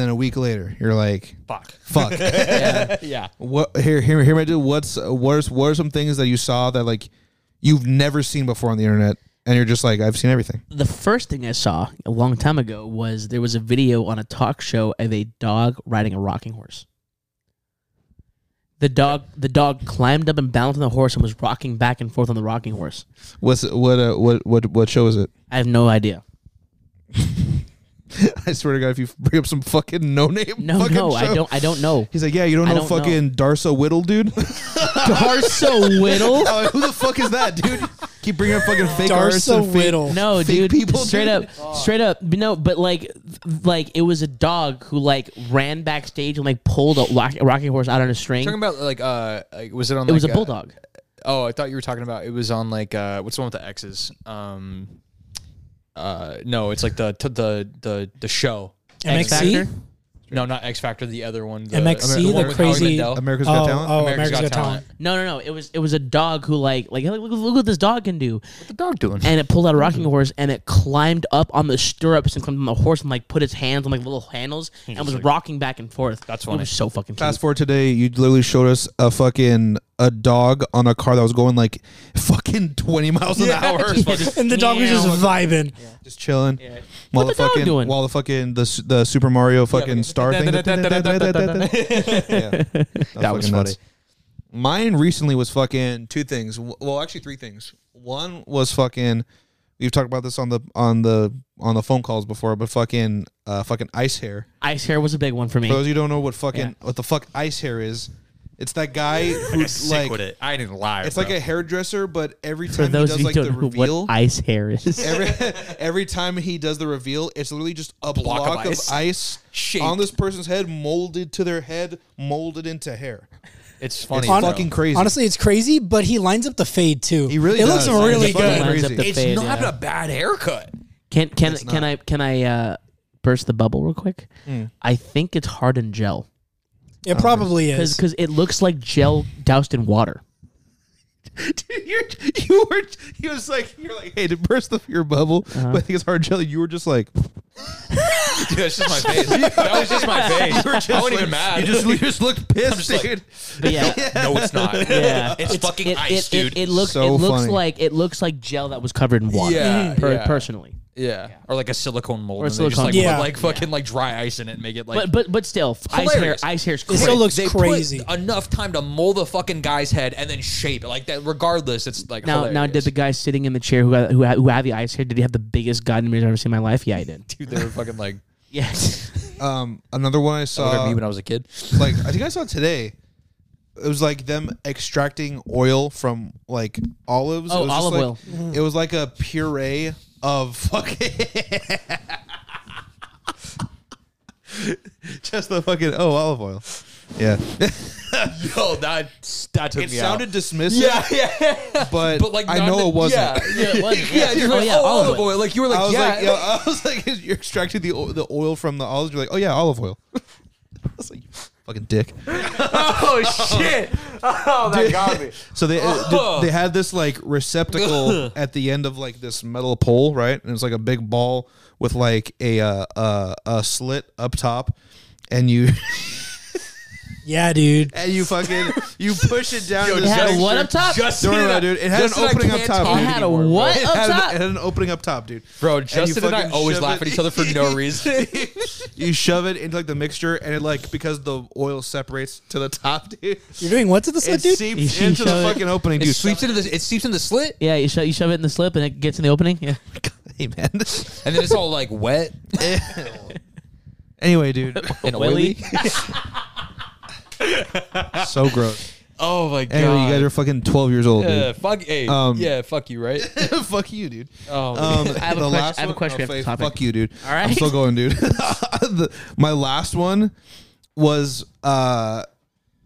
B: then a week later, you're like,
D: Fuck.
B: "Fuck."
D: Yeah.
B: What here here here my dude? What's what are what are some things that you saw that like you've never seen before on the internet, and you're just like I've seen everything.
A: The first thing I saw a long time ago was there was a video on a talk show of a dog riding a rocking horse. The dog the dog climbed up and balanced on the horse and was rocking back and forth on the rocking horse.
B: What's what uh, what what what show is it?
A: I have no idea.
B: I swear to God, if you bring up some fucking no name,
A: No,
B: fucking
A: no, I
B: show-
A: don't I don't know.
B: He's like, yeah, you don't
A: I
B: know
A: don't know.
B: fucking Darso Whittle, dude.
A: Darso Whittle?
B: Oh, who the fuck is that, dude? Keep bringing up fucking fake artists and
C: Darso
B: fake-
C: Whittle.
A: No,
B: Fake
A: dude.
B: people,
A: straight
B: dude.
A: up, straight up. No, but like, th- like it was a dog who like ran backstage and like pulled a rock, rocking horse out on a string.
D: Talking about like, uh, like, was it on?
A: it was a
D: like, uh,
A: bulldog.
D: oh, I thought you were talking about it was on like uh, what's the one with the X's? Um, uh, no, it's like the t- the the the show.
A: X
C: MXC.
A: Factor?
D: No, not X Factor. The other one. The,
C: MXC, the
D: one with Howie
C: crazy-
D: Mandel.
B: America's
C: Oh,
B: Got
C: oh,
B: Talent.
C: America's Got Talent.
A: No, no, no. It was it was a dog who like like look, look, look what this dog can do,
D: the dog doing?
A: and it pulled out a rocking horse and it climbed up on the stirrups and climbed on the horse and like put its hands on like little handles and was rocking back and forth.
D: That's
A: It
D: funny.
A: was so fucking cute.
B: Fast forward today, you literally showed us a fucking a dog on a car that was going like fucking twenty miles an hour,
A: Yeah, just-
C: And the dog was just vibing.
B: just chilling. While
A: the dog
B: fucking
A: doing?
B: while the fucking the s- the Super Mario fucking star thing. yeah. That
D: was
B: fucking nuts.
D: funny.
B: Mine recently was fucking two things. W- Well, actually three things. One was fucking. We've talked about this on the on the on the phone calls before, but fucking uh, fucking ice hair.
A: Ice hair was a big one for
B: For
A: me.
B: those of you who don't know what fucking
A: Yeah.
B: what the fuck ice hair is, It's that guy who's
D: Sick
B: like,
D: with it. I didn't lie.
B: it's
D: bro.
B: like a hairdresser, but every
A: For
B: time
A: those
B: he
A: of
B: does
A: you
B: like
A: who
B: the
A: don't know
B: reveal,
A: what ice hair is,
B: every, every time he does the reveal, it's literally just a block,
D: block
B: of,
D: of ice
B: ice,
D: shaped.
B: on this person's head, molded to their head, molded into hair.
D: It's
B: It's
D: funny. bro.
B: fucking crazy.
C: Honestly, it's crazy, but he lines up the fade too.
B: He really
C: It
B: does.
C: looks
B: Lines
C: really
B: up the
C: good.
B: fade.
A: Lines up
B: crazy.
A: the
D: it's
A: fade,
D: not
A: yeah.
D: a bad haircut.
A: Can can can I can I uh, burst the bubble real quick? I think it's hardened gel
C: It probably is.
A: because it looks like gel doused in water.
B: Dude, you're, you were he was like you're like hey to burst the your bubble, but I think it's hard jelly. You were just like
D: Dude, that's just my face. that was just my face. I wasn't even mad.
B: you just you just looked pissed,
D: like-
B: dude.
A: But yeah,
D: no, it's not.
A: yeah.
D: It's, fucking
A: it,
D: ice,
A: it,
D: dude.
A: It, it looks
B: So
A: it looks
B: funny.
A: like it looks like gel that was covered in water.
D: Yeah,
A: per-
D: yeah.
A: personally.
D: yeah. Or like a silicone mold.
A: Or a
D: and they just
A: silicone
C: mold.
D: like, put,
C: Yeah.
D: like fucking like dry ice in it and make it like.
A: But but but still, f- ice hair
D: Hilarious.
A: ice hair's
C: It's
A: crazy.
C: still looks
D: they
C: crazy.
D: Put enough time to mold the fucking guy's head and then shape it like that. Regardless, it's like
A: now now did
D: hilarious.
A: the guy sitting in the chair who got, who had, who had the ice hair did he have the biggest goddamn ears I've ever seen in my life? Yeah, I did.
D: dude they were fucking like
A: Yes.
B: Um, another one I
D: looked
B: saw.
D: at me when I was a kid.
B: like I think I saw today. It was like them extracting oil from like olives.
A: Oh,
B: it was just
A: olive
B: like-
A: oil.
D: Mm-hmm.
B: It was like a puree of fucking. Just the fucking oh olive oil, yeah.
D: Yo, that that took
B: It
D: me
B: sounded
D: out.
B: dismissive,
D: Yeah, yeah,
B: but,
D: but like
B: I
D: not
B: know
D: the-
B: it wasn't.
D: Yeah, yeah.
A: it was.
D: yeah you're
A: oh
D: like,
A: yeah,
D: oh,
A: olive
D: olive
A: oil.
D: oil. Like you were like,
B: I was
D: yeah,
B: like, uh, yo, I was like, you're extracting the o- the oil from the olives. You're like, oh yeah, olive oil. I was like, you fucking dick.
D: oh
B: uh,
D: shit, oh that got me.
B: So they
D: Oh.
B: uh, they had this like receptacle at the end of like this metal pole, right? And it's like a big ball with like a uh, uh, a slit up top, and you
C: yeah, dude.
B: and you fucking you push it down. to
A: It
B: the
A: had a
B: side.
A: what up top?
B: No, no, no, dude. It had
D: Justin
B: an
D: and I
B: opening up
D: can't
B: top.
D: talk
B: dude.
A: It had a what
B: It
A: up
B: had,
A: top?
B: An, it had an opening up top, dude.
D: Bro,
B: you
D: Justin and, I
B: fucking
D: always
B: shove
D: laugh
B: it-
D: at each other for no reason.
B: you shove it into like the mixture, and it like because the oil separates to the top, dude.
C: You're doing what to the
B: It
C: slit, dude?
B: seeps
A: You
B: into the
A: shove it-
B: fucking opening, dude.
D: it sweeps into the it seeps in the slit,
A: Yeah, you shove, you shove it in the slip and it gets in the opening. Yeah.
B: Hey, man.
D: and then it's all like wet
B: anyway, dude.
D: and
A: Willy.
D: oily.
B: so gross.
D: Oh my
B: Anyway, you guys are fucking 12 years old,
D: yeah,
B: dude.
D: fuck. Hey,
B: Um,
D: yeah, fuck you, right?
B: fuck you, dude.
D: Oh,
B: Um,
A: I have a
B: the
A: question-
B: last
A: I have a
B: one-
A: question
B: no,
A: after
B: Faith,
A: topic.
B: Fuck you, dude.
A: All right.
B: I'm still going, dude. The- my last one was uh,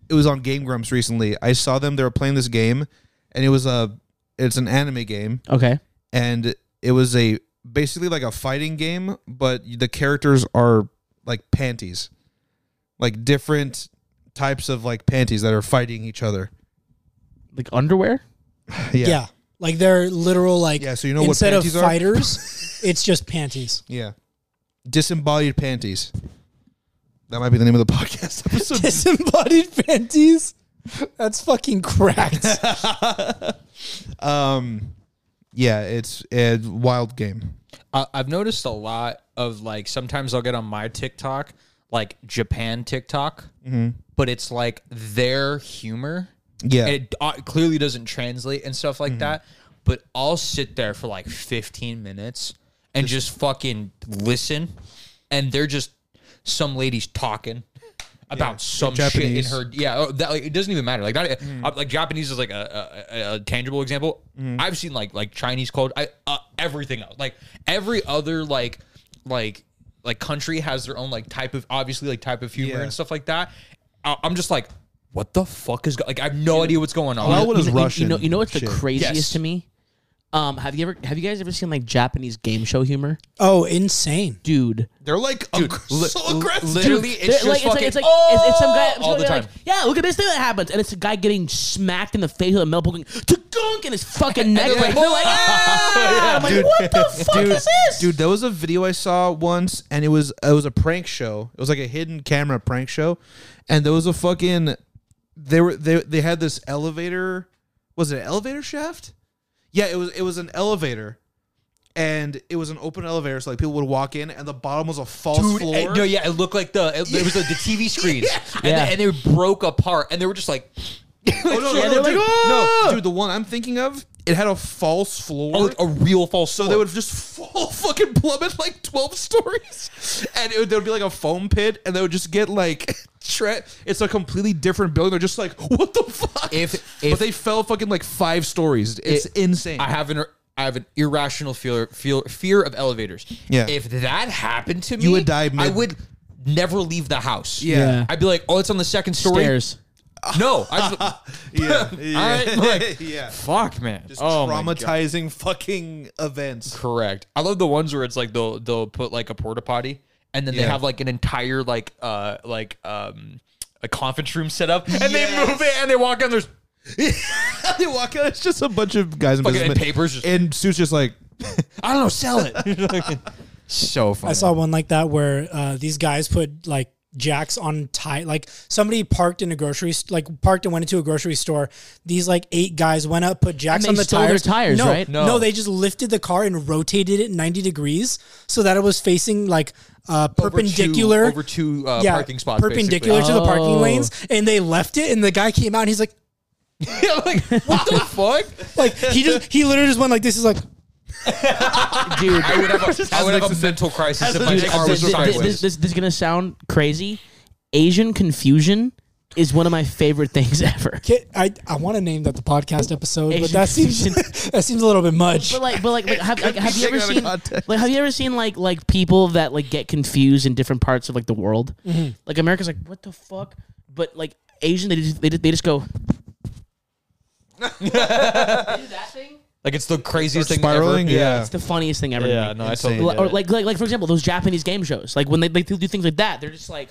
B: it was on Game Grumps recently. I saw them. They were playing this game, and it was a it's an anime game,
A: Okay.
B: and it was a basically like a fighting game, but the characters are like panties, like different types of like panties that are fighting each other.
A: Like underwear?
C: Yeah. Like they're literal like
B: Yeah, so you know what
C: instead of
B: panties are?
C: fighters, it's just panties.
B: Yeah. Disembodied panties. That might be the name of the podcast episode.
C: Disembodied panties? That's fucking cracked.
B: um yeah, it's a wild game.
D: I, I've noticed a lot of like sometimes I'll get on my TikTok like Japan TikTok,
B: Mm-hmm.
D: but it's like their humor.
B: Yeah. Mm-hmm.
D: and it uh, clearly doesn't translate and stuff like that. But I'll sit there for like 15 minutes and just, fucking listen, and they're just some ladies talking about some
B: Japanese. Mm.
D: shit in her. Yeah, oh, that, like, it doesn't even matter. Like not I, like Japanese is like a, a, a- a tangible example. I've seen like like Chinese culture, I, uh, everything else, like every other like like like country has their own like type of obviously like type of humor
B: Yeah.
D: and stuff like that. I, I'm just like. What the fuck is go- like? I have no idea what's going on.
B: Well, That one is
A: you, know- you-
B: Russian
A: You know, you know what's the
B: shit.
A: craziest
D: Yes.
A: to me? Um, have you ever have you guys ever seen like Japanese game show humor,
C: oh, insane.
A: dude?
B: They're like ag-
D: li-
B: so aggressive.
D: literally,
A: Dude,
D: it's
A: they're
D: just
A: like,
D: fucking
A: it's like, it's like
D: oh!
A: it's, it's some guy some
D: all the
A: guy
D: time.
A: Like, yeah, look at this thing that happens, and it's a guy getting smacked in the face with a metal poking to gunk in his fucking neck.
D: they're
A: break.
D: like,
A: They're like, ah! I'm like, what the fuck
B: dude,
A: is this?
B: dude, there was a video I saw once, and it was it was a prank show. It was like a hidden camera prank show, and there was a fucking they were they they had this elevator. Was it an elevator shaft? Yeah, it was it was an elevator, and it was an open elevator, so like people would walk in, and the bottom was a false
D: Dude,
B: floor.
D: and- no, yeah, it looked like the it, it was like the TV screens, and,
A: Yeah.
D: they, and they broke apart, and they were just like,
B: Oh, no,
A: Yeah,
B: no,
A: they're
B: dude,
A: like,
B: no, dude, the one I'm thinking of, it had a false floor.
D: "Ah!" oh, like a real false.
B: So they would just fall, fucking plummet like twelve stories, and it would, there would be like a foam pit, and they would just get like Tre- it's a completely different building. They're just like, what the fuck?
D: If-
B: but
D: if-
B: they fell fucking like five stories. It's
D: It-
B: insane.
D: I have an I have an irrational fear fear, fear of elevators.
B: Yeah.
D: If that happened to me,
B: You would die mid-
D: I would never leave the house.
B: yeah.
D: I'd be like, oh, it's on the second story.
A: Stairs.
D: No, I
B: Yeah.
D: All right, like-
B: yeah.
D: just, fuck man.
B: Just
D: oh my God.
B: traumatizing fucking events.
D: Correct. I love the ones where it's like they'll they'll put like a porta potty and then they
B: Yeah.
D: have like an entire like uh like um a conference room set up and they move it
B: Yes.
D: and they walk in there's
B: they walk out. It's just a bunch of guys in
D: Fucking
B: business.
D: papers just-
B: and Sue's just like,
D: I don't know sell it. so funny.
C: I saw one like that where uh, these guys put like jacks on tie. Like somebody parked in a grocery, st- like parked and went into a grocery store. These like eight guys went up, put
A: And
C: jacks
A: they
C: on the
A: stole their
C: tires.
A: tires,
C: no,
A: right?
C: No.
D: No.
C: they just lifted the car and rotated it 90 degrees so that it was facing like uh, perpendicular.
D: over two, over two uh, parking spots
C: perpendicular to the parking
A: Oh.
C: lanes, and they left it. And the guy came out, and he's like,
D: basically. Yeah, like what the fuck?
C: like he just he literally just went like this. Is like
A: Dude,
D: I would have a, I would have a
B: Has
D: mental crisis if my
A: Dude,
D: car
A: this,
D: was
A: this,
D: sideways.
A: this, this- this is gonna sound crazy. Asian confusion is one of my favorite things ever.
C: "Kid, I I want to name that the podcast episode, but
A: Asian
C: that seems that seems a little bit much.
A: But like, but like, like, have, like, have you
B: taken
A: ever
B: out of
A: seen
B: context.
A: like have you ever seen like like people that like get confused in different parts of like the world?
D: Mm-hmm.
A: Like America's like what the fuck, but like Asian they just they just, they just go.
D: like it's the craziest thing
B: spiraling.
D: ever.
B: Yeah.
A: It's the funniest thing ever.
D: Yeah,
A: to me.
D: no, I
B: Insane.
D: totally
A: Like-
D: get
A: or
D: it.
A: like, like like for example those Japanese game shows like when they like they do things like that they're just like.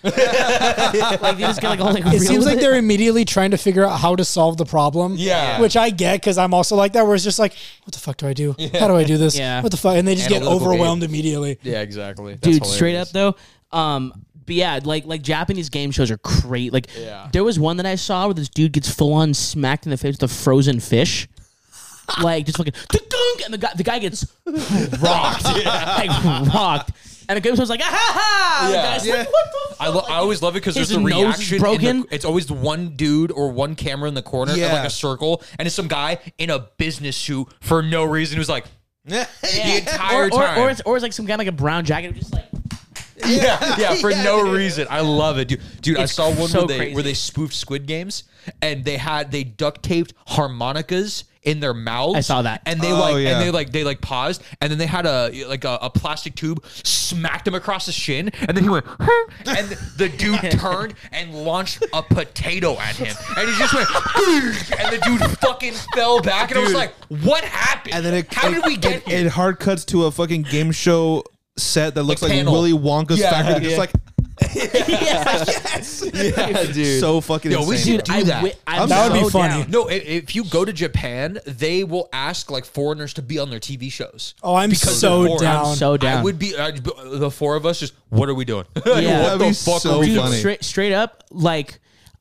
A: like they just get like all like
C: It seems like they're immediately trying to figure out how to solve the problem.
D: Yeah.
C: Which I get because I'm also like that, where it's just like, what the fuck do I do? How do I do this?
A: Yeah.
C: What the fuck? And they just get
D: Analytical
C: overwhelmed immediately.
D: Yeah, exactly. That's
A: dude straight
D: hilarious.
A: up though um but yeah like like japanese game shows are great like
D: Yeah.
A: there was one that i saw where this dude gets full on smacked in the face with a frozen fish like just fucking "Dunk-dunk," and the guy the guy gets rocked like rocked and the game show's like ah ha ha And the
D: Yeah.
A: guy's
D: Yeah.
A: like what the fuck?
D: I, lo- I always love it because
A: his
D: there's the
A: nose is
D: reaction. in the-
A: broken.
D: it's always the one dude or one camera in the corner, of
B: Yeah.
D: like a circle, and it's some guy in a business suit for no reason who's like the entire
A: or, or,
D: time.
A: or, it's, or it's like some guy in, like a brown jacket who just like
D: yeah, yeah, for
B: Yeah,
D: no
B: dude.
D: reason. I love it, dude. Dude, I
A: It's
D: saw one
A: so
D: where they
A: crazy.
D: where they spoofed Squid Games, and they had they duct taped harmonicas in their mouths.
A: I saw that.
D: and they
B: Oh,
D: like
B: yeah.
D: and they like they like paused, and then they had a like a, a plastic tube smacked him across the shin, and then he went, "Huh," and the dude turned and launched a potato at him, and he just went, and the dude fucking fell back, and I was
B: Dude.
D: like, what happened?
B: And then it,
D: how
B: it-
D: did we get
B: it,
D: here?
B: it hard cuts to a fucking game show set that looks like,
D: panel.
B: Willy Wonka's
D: Yeah.
B: factory.
D: Yeah.
B: Just like
D: yeah, dude.
B: so fucking
D: Yo, we
B: insane.
D: should- Do
A: I
D: that.
A: wi- I'm
C: That would be
A: so
C: funny.
A: down.
D: No, i- if you go to Japan, they will ask like foreigners to be on their TV shows.
C: Oh, I'm so
D: they're foreign.
C: down.
A: I'm so down
D: I would be I'd be- the four of us. Just what are we doing? Like,
A: Oh, Yeah.
D: what
A: That'd
B: be
D: the fuck
B: so
D: are we
A: Dude,
B: funny.
A: straight straight up, like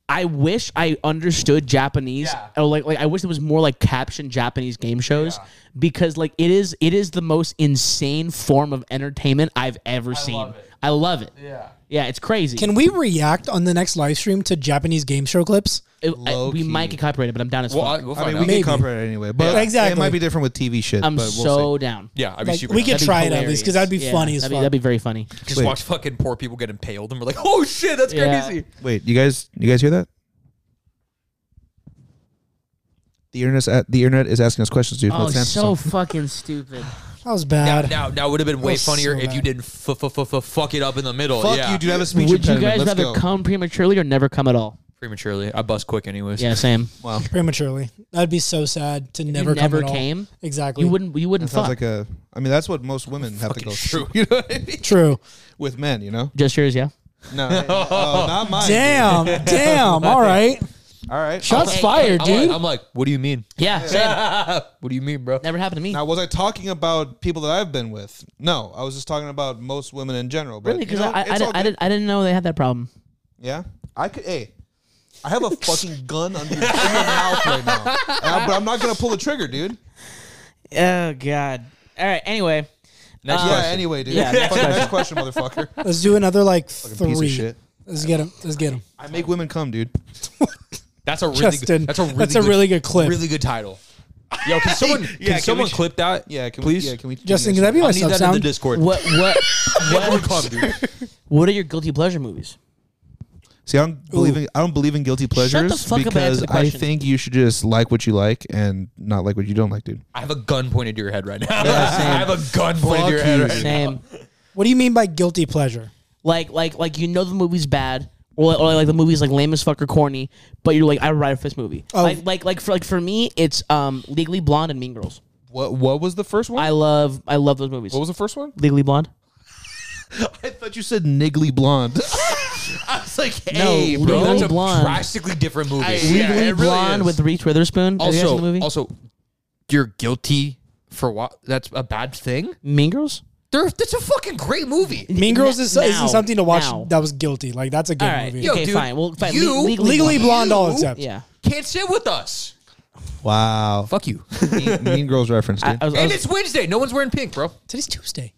A: I wish I understood Japanese.
D: Yeah.
A: Oh, like like I wish there was more like captioned Japanese game shows because like it is it is the most insane form of entertainment I've ever seen.
D: love it.
A: I love it.
D: Yeah.
A: Yeah, it's crazy.
C: Can we react on the next live stream to Japanese game show clips?
A: It- I-
B: Low
A: we
B: key.
A: might get copyrighted, but I'm down as
D: Well, I,
A: fuck.
D: we'll
B: I
D: find
B: mean, we
D: out.
C: Maybe.
B: can cooperate anyway, but
C: Yeah, exactly.
B: it might be different with TV shit.
A: I'm
B: but we'll
A: so down.
D: yeah, I'd be
C: Like,
D: super.
C: we could
A: That'd be
C: try it at least
A: hilarious.
C: because that'd be
A: Yeah,
C: funny as
A: that'd be,
C: fuck.
A: that'd be very funny.
D: just
B: Wait.
D: watch fucking poor people get impaled, and we're like, oh shit, that's
A: Yeah.
D: crazy.
B: see. Wait, you guys, you guys hear that? The internet's at, the internet is asking us questions, dude.
A: Oh,
B: Let's answer
A: so
B: some.
A: fucking stupid.
C: that was bad.
D: Now, now would have been way
C: was so
D: funnier if you
C: bad.
D: didn't f- f- f- f- fuck it up in the middle.
B: Fuck
D: yeah.
B: you, dude. I have a speech
A: Would you
B: impediment.
A: guys
B: Let's
A: rather
B: go.
A: come prematurely or never come at all?
D: prematurely. I bust quick, anyways.
A: Yeah, same.
B: Wow,
C: Prematurely. That'd be so sad to never come
A: never
C: at all.
A: came?
C: Exactly.
A: You wouldn't. You wouldn't
B: sounds
A: fuck.
B: like a. I mean, that's what most women have to go
D: True.
B: through. You know what I mean?
C: True.
B: With men, you know.
A: Just yours, yeah.
B: No, oh, not mine.
C: Damn. damn. All right.
B: All right.
C: Shots
A: Okay,
C: fired,
D: I'm like,
C: dude.
D: I'm like, what do you mean?
A: Yeah, same.
D: what do you mean, bro?
A: Never happened to me.
B: Now, was I talking about people that I've been with? No, I was just talking about most women in general. But
A: Really? Because
B: you know,
A: I,
B: it's
A: I, I,
B: all
A: didn't- I,
B: good.
A: didn't, I didn't know they had that problem.
B: Yeah, I could. Hey, I have a fucking gun under in your mouth right now, And I- but I'm not gonna pull the trigger, dude.
A: Oh God! All right. Anyway, Uh,
D: Next
B: yeah.
D: question.
B: Anyway, dude.
A: Yeah, next
B: Fuck, next question, motherfucker.
C: Let's do another like three.
B: piece of shit.
C: Let's get him. Let's get him.
B: I make women come, dude.
D: That's a really
C: Justin,
D: good. That's a really,
C: that's a
D: good,
C: really good clip.
D: Really good title. Yo, can someone can,
B: can we
D: someone
B: sh-
D: clip that?
B: Yeah, can
D: please.
B: We, yeah, can we? do
C: Justin,
B: next
C: can that be
B: one?
C: my
D: I need
C: sub
D: that in the
C: sound?
D: Discord.
A: what what
D: Everyone come, dude.
A: what are your guilty pleasure movies?
B: See, I don't believe in, I don't believe in guilty pleasures
A: fuck up and
B: because
A: answer the
B: I
A: question.
B: think you should just like what you like and not like what you don't like, dude.
D: I have a gun pointed to your head right now.
A: same.
D: I have a gun pointed to your
B: Fuck
D: head
B: you,
D: right now.
A: Same.
C: What do you mean by guilty pleasure?
A: Like like like you know the movie's bad. Or, or like the movie's like lame as fuck or corny, but you're like I ride for this movie.
C: Oh.
A: Like like like for like for me, it's um Legally Blonde and Mean Girls.
B: What What was the first one?
A: I love I love those movies.
B: what was the first one?
A: Legally Blonde?
B: I thought you said niggly blonde.
D: I was like,
A: hey,
D: hey,
A: No, bro.
D: bro, that's a
A: Legally Blonde.
D: drastically different movie.
B: I-
A: Legally
B: Yeah, it really
A: Blonde
B: is.
A: with Reese Witherspoon. Have you guys seen
D: Also,
A: the movie?
D: also, you're guilty for what? That's a bad thing.
A: mean Girls.
D: There, that's a fucking great movie.
C: Mean Girls is,
A: Now.
C: isn't something to watch
A: Now.
C: that was guilty. Like that's a good
A: All right.
C: movie.
A: Yo, Okay,
D: dude,
A: fine. Well, fine.
D: You
A: Le- Legally
C: Legally Blonde, all
D: You-
C: except.
A: Yeah.
D: Can't sit with us.
B: wow.
D: Fuck you.
B: mean, mean Girls reference, dude.
A: I, I was, I
D: and
A: was-
D: it's Wednesday. No one's wearing pink, bro.
C: Today's Tuesday.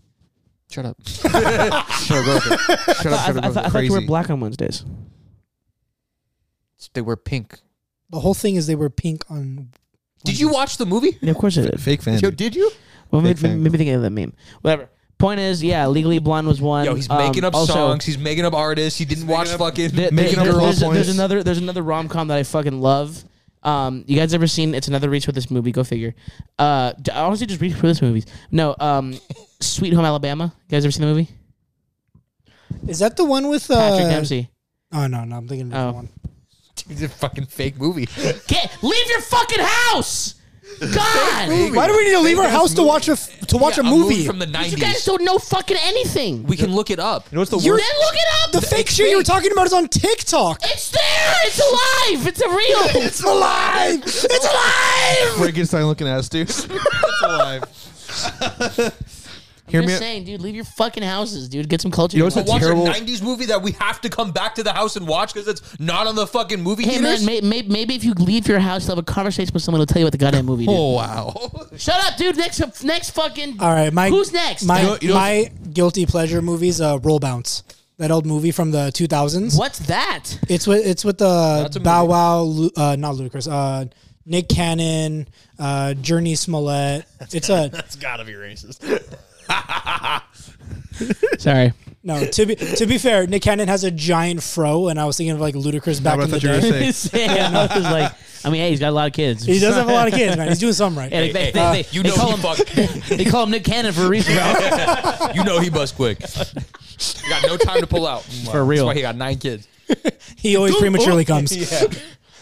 D: Shut up.
B: Shut up, shut up, shut up, shut
A: I,
B: up,
A: I, I
B: shut
A: thought, I
B: up.
A: thought you were
B: Crazy.
A: black on Wednesdays.
D: They wear pink.
C: The whole thing is they were pink on.
D: Did you watch the movie?
A: Yeah, of course I did.
B: Fake fan.
D: Yo,
B: dude.
D: did you?
A: Well,
B: Big
A: maybe,
B: fan.
A: maybe think of that meme. Whatever. Point is, yeah, Legally Blonde was one.
D: Yo, he's
A: Um,
D: making up
A: also,
D: songs. He's making up artists. He didn't watch
B: making up-
D: fucking.
A: There,
B: Making
A: there-
B: up plot
A: there's, there's
B: points.
A: another there's another rom com that I fucking love. Um, you guys ever seen? It's another reach for this movie. Go figure. Uh, d- honestly, just reach for this movies. No, um, Sweet Home Alabama. You guys ever seen the movie?
C: Is that the one with uh,
A: Patrick Dempsey.
C: Oh no, no, I'm thinking of the
A: Oh.
C: one.
D: It's a fucking fake movie.
A: Get leave your fucking house. God,
C: Why do we need to leave our
D: Fake-ass
C: house to
D: movie.
C: watch a f- to watch
D: Yeah,
C: a movie?
D: from the
A: you guys
D: nineties.
A: don't know fucking anything.
D: We can look it up.
B: You know what's the
A: then
B: worst?
A: look it up.
C: the fake shit you were talking about is on TikTok.
A: It's there. It's alive. It's a real.
C: It's alive. It's alive.
B: Frankenstein looking ass, dude. That's alive. Hear
A: I'm
B: me.
A: just saying, dude. Leave your fucking houses, dude. Get some culture.
B: You know
A: in your
B: what's
A: life.
D: watch
B: Terrible-
D: a '90s movie that we have to come back to the house and watch because it's not on the fucking movie
A: Hey
D: theaters.
A: man, may, may, maybe if you leave your house, you'll have a conversation with someone who'll tell you what the goddamn movie. Dude.
D: oh wow!
A: Shut up, dude. Next, next fucking.
C: All right, my
A: Who's next?
C: My,
A: You know-
B: you know-
C: my guilty pleasure movies, uh, Roll Bounce, that old movie from the 2000s.
A: What's that?
C: It's with it's with
D: That's a
C: the Bow
D: movie.
C: Wow, Lu- uh, not Ludacris, uh, Nick Cannon, uh, Journey Smollett. It's a
E: That's gotta be racist.
A: Sorry.
C: no. To be to be fair, Nick Cannon has a giant fro, and I was thinking of like Ludacris back
B: I
C: in the
B: thought you were
C: day.
B: saying.
A: yeah, I was like, I mean, hey, he's got a lot of kids.
C: He does have a lot of kids, man. He's doing something right.
A: Yeah, they, they,
C: Uh,
A: they,
D: You
A: they
D: know
A: call
D: he
A: him.
D: fuck.
A: They call him Nick Cannon for a reason, bro.
D: you know he bust quick. You got no time to pull out. For
A: real.
D: That's why he got nine kids.
C: He always prematurely comes.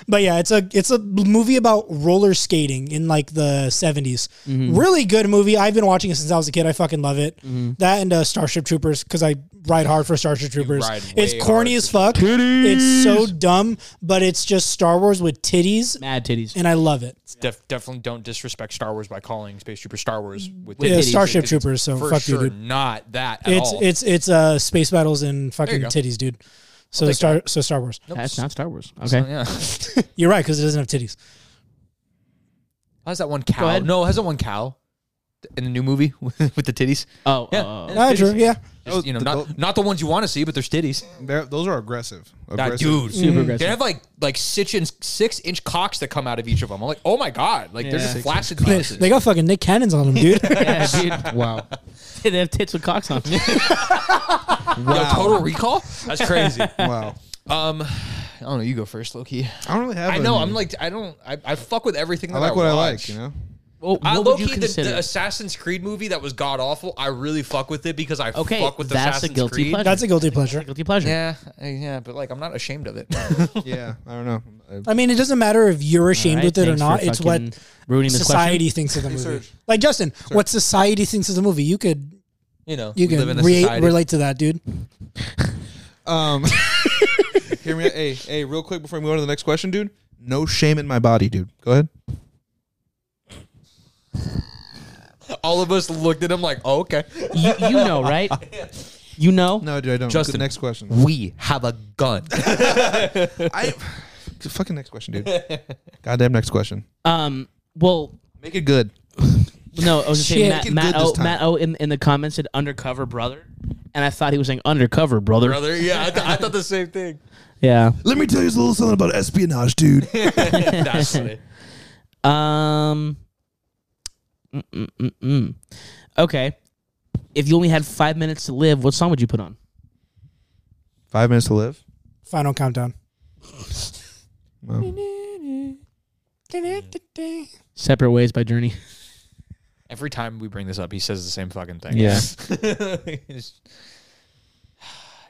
C: But yeah, it's a it's a movie about roller skating in like the 70s.
D: Mm-hmm.
C: Really good movie. I've been watching it since I was a kid. I fucking love it. That and uh, Starship Troopers because I ride hard for Starship Troopers.
D: ride
C: It's
D: way
C: corny
D: hard
C: as fuck. It's so dumb, but it's just Star Wars with titties,
A: Mad titties.
C: and I love it.
D: Def- definitely don't disrespect Star Wars by calling Space Trooper Star Wars with
C: Yeah,
D: titties,
C: Starship
D: because it's
C: Troopers, so
D: for
C: fuck you,
D: sure
C: dude.
D: Not that at
C: It's
D: all.
C: it's it's uh space battles and fucking
D: go.
C: titties, dude. So Star so Star Wars.
A: That's not Star Wars. Okay.
D: yeah.
C: You're right because it doesn't have titties.
D: How's that one cow?
A: ahead.
D: No, how's that one cow in the new movie with the titties?
A: Oh,
D: Yeah.
A: oh, oh.
C: Ah, true, yeah.
D: Just, you know,
B: the
D: not
B: goat-
D: not the ones you want to see, but there's titties.
B: They're- Those are aggressive.
D: Nah,
B: aggressive. Mm.
D: dude,
A: super
D: they
A: aggressive.
D: have like like six inch six inch cocks that come out of each of them. I'm like, oh my god, like they're just
A: Six
D: flaccid.
C: They,
D: penises.
C: they got fucking Nick Cannons on them, dude.
A: Yeah, dude.
B: Wow.
A: they have tits with cocks on.
D: Yo, Total Recall. That's crazy.
B: Wow.
D: um, I don't know. You go first, Loki.
B: I don't really have.
D: I know.
B: any.
D: I'm like I don't. I, I fuck with everything.
B: I
D: That
B: like what I like.
D: watch.
B: You know.
A: Well,
D: I
A: what
D: low
A: would
D: key
A: you
D: the,
A: consider?
D: the Assassin's Creed movie that was god awful. I really fuck with it because I
A: Okay,
D: fuck with
A: that's a
D: Assassin's
A: guilty
D: Creed.
A: pleasure.
C: That's a guilty pleasure.
A: Guilty pleasure.
D: Yeah, uh, yeah, but like I'm not ashamed of it.
B: Yeah. I don't know. I-
C: I mean, it doesn't matter if you're
A: All
C: ashamed
A: right,
C: with it or
A: thanks
C: not.
A: for
C: It's what
A: fucking ruining this question.
C: society thinks of the movie. Like Justin, what society thinks of the movie. You could
D: you know,
C: you
D: we
C: can
D: live in a
C: rea-
D: society.
C: relate to that, dude.
B: Um. hear me. Hey, hey, real quick before we move on to the next question, dude. No shame in my body, dude. Go ahead.
D: All of us looked at him like, oh, okay.
A: you, you know, right? You know.
B: No, dude, I don't.
D: Justin.
B: Good, next question.
D: We have a gun.
B: I. Fucking next question, dude. Goddamn next question.
A: Um. Well,
B: Make it good.
A: no. Oh, I was just saying
C: Shit.
A: Matt,
B: Get
A: Matt
B: good this
A: O.
B: time.
A: Matt O. In, in the comments said undercover brother, and I thought he was saying undercover brother.
D: Brother, yeah, I, th- I thought the same thing.
A: Yeah.
B: Let me tell you a little something about espionage, dude.
D: That's funny.
A: Um. mm, mm, mm, mm. Okay. If you only had five minutes to live, what song would you put on?
B: Five minutes to live.
C: Final countdown.
B: Wow.
A: Separate Ways by Journey.
D: Every time we bring this up, he says the same fucking thing.
B: Yeah.
D: It's-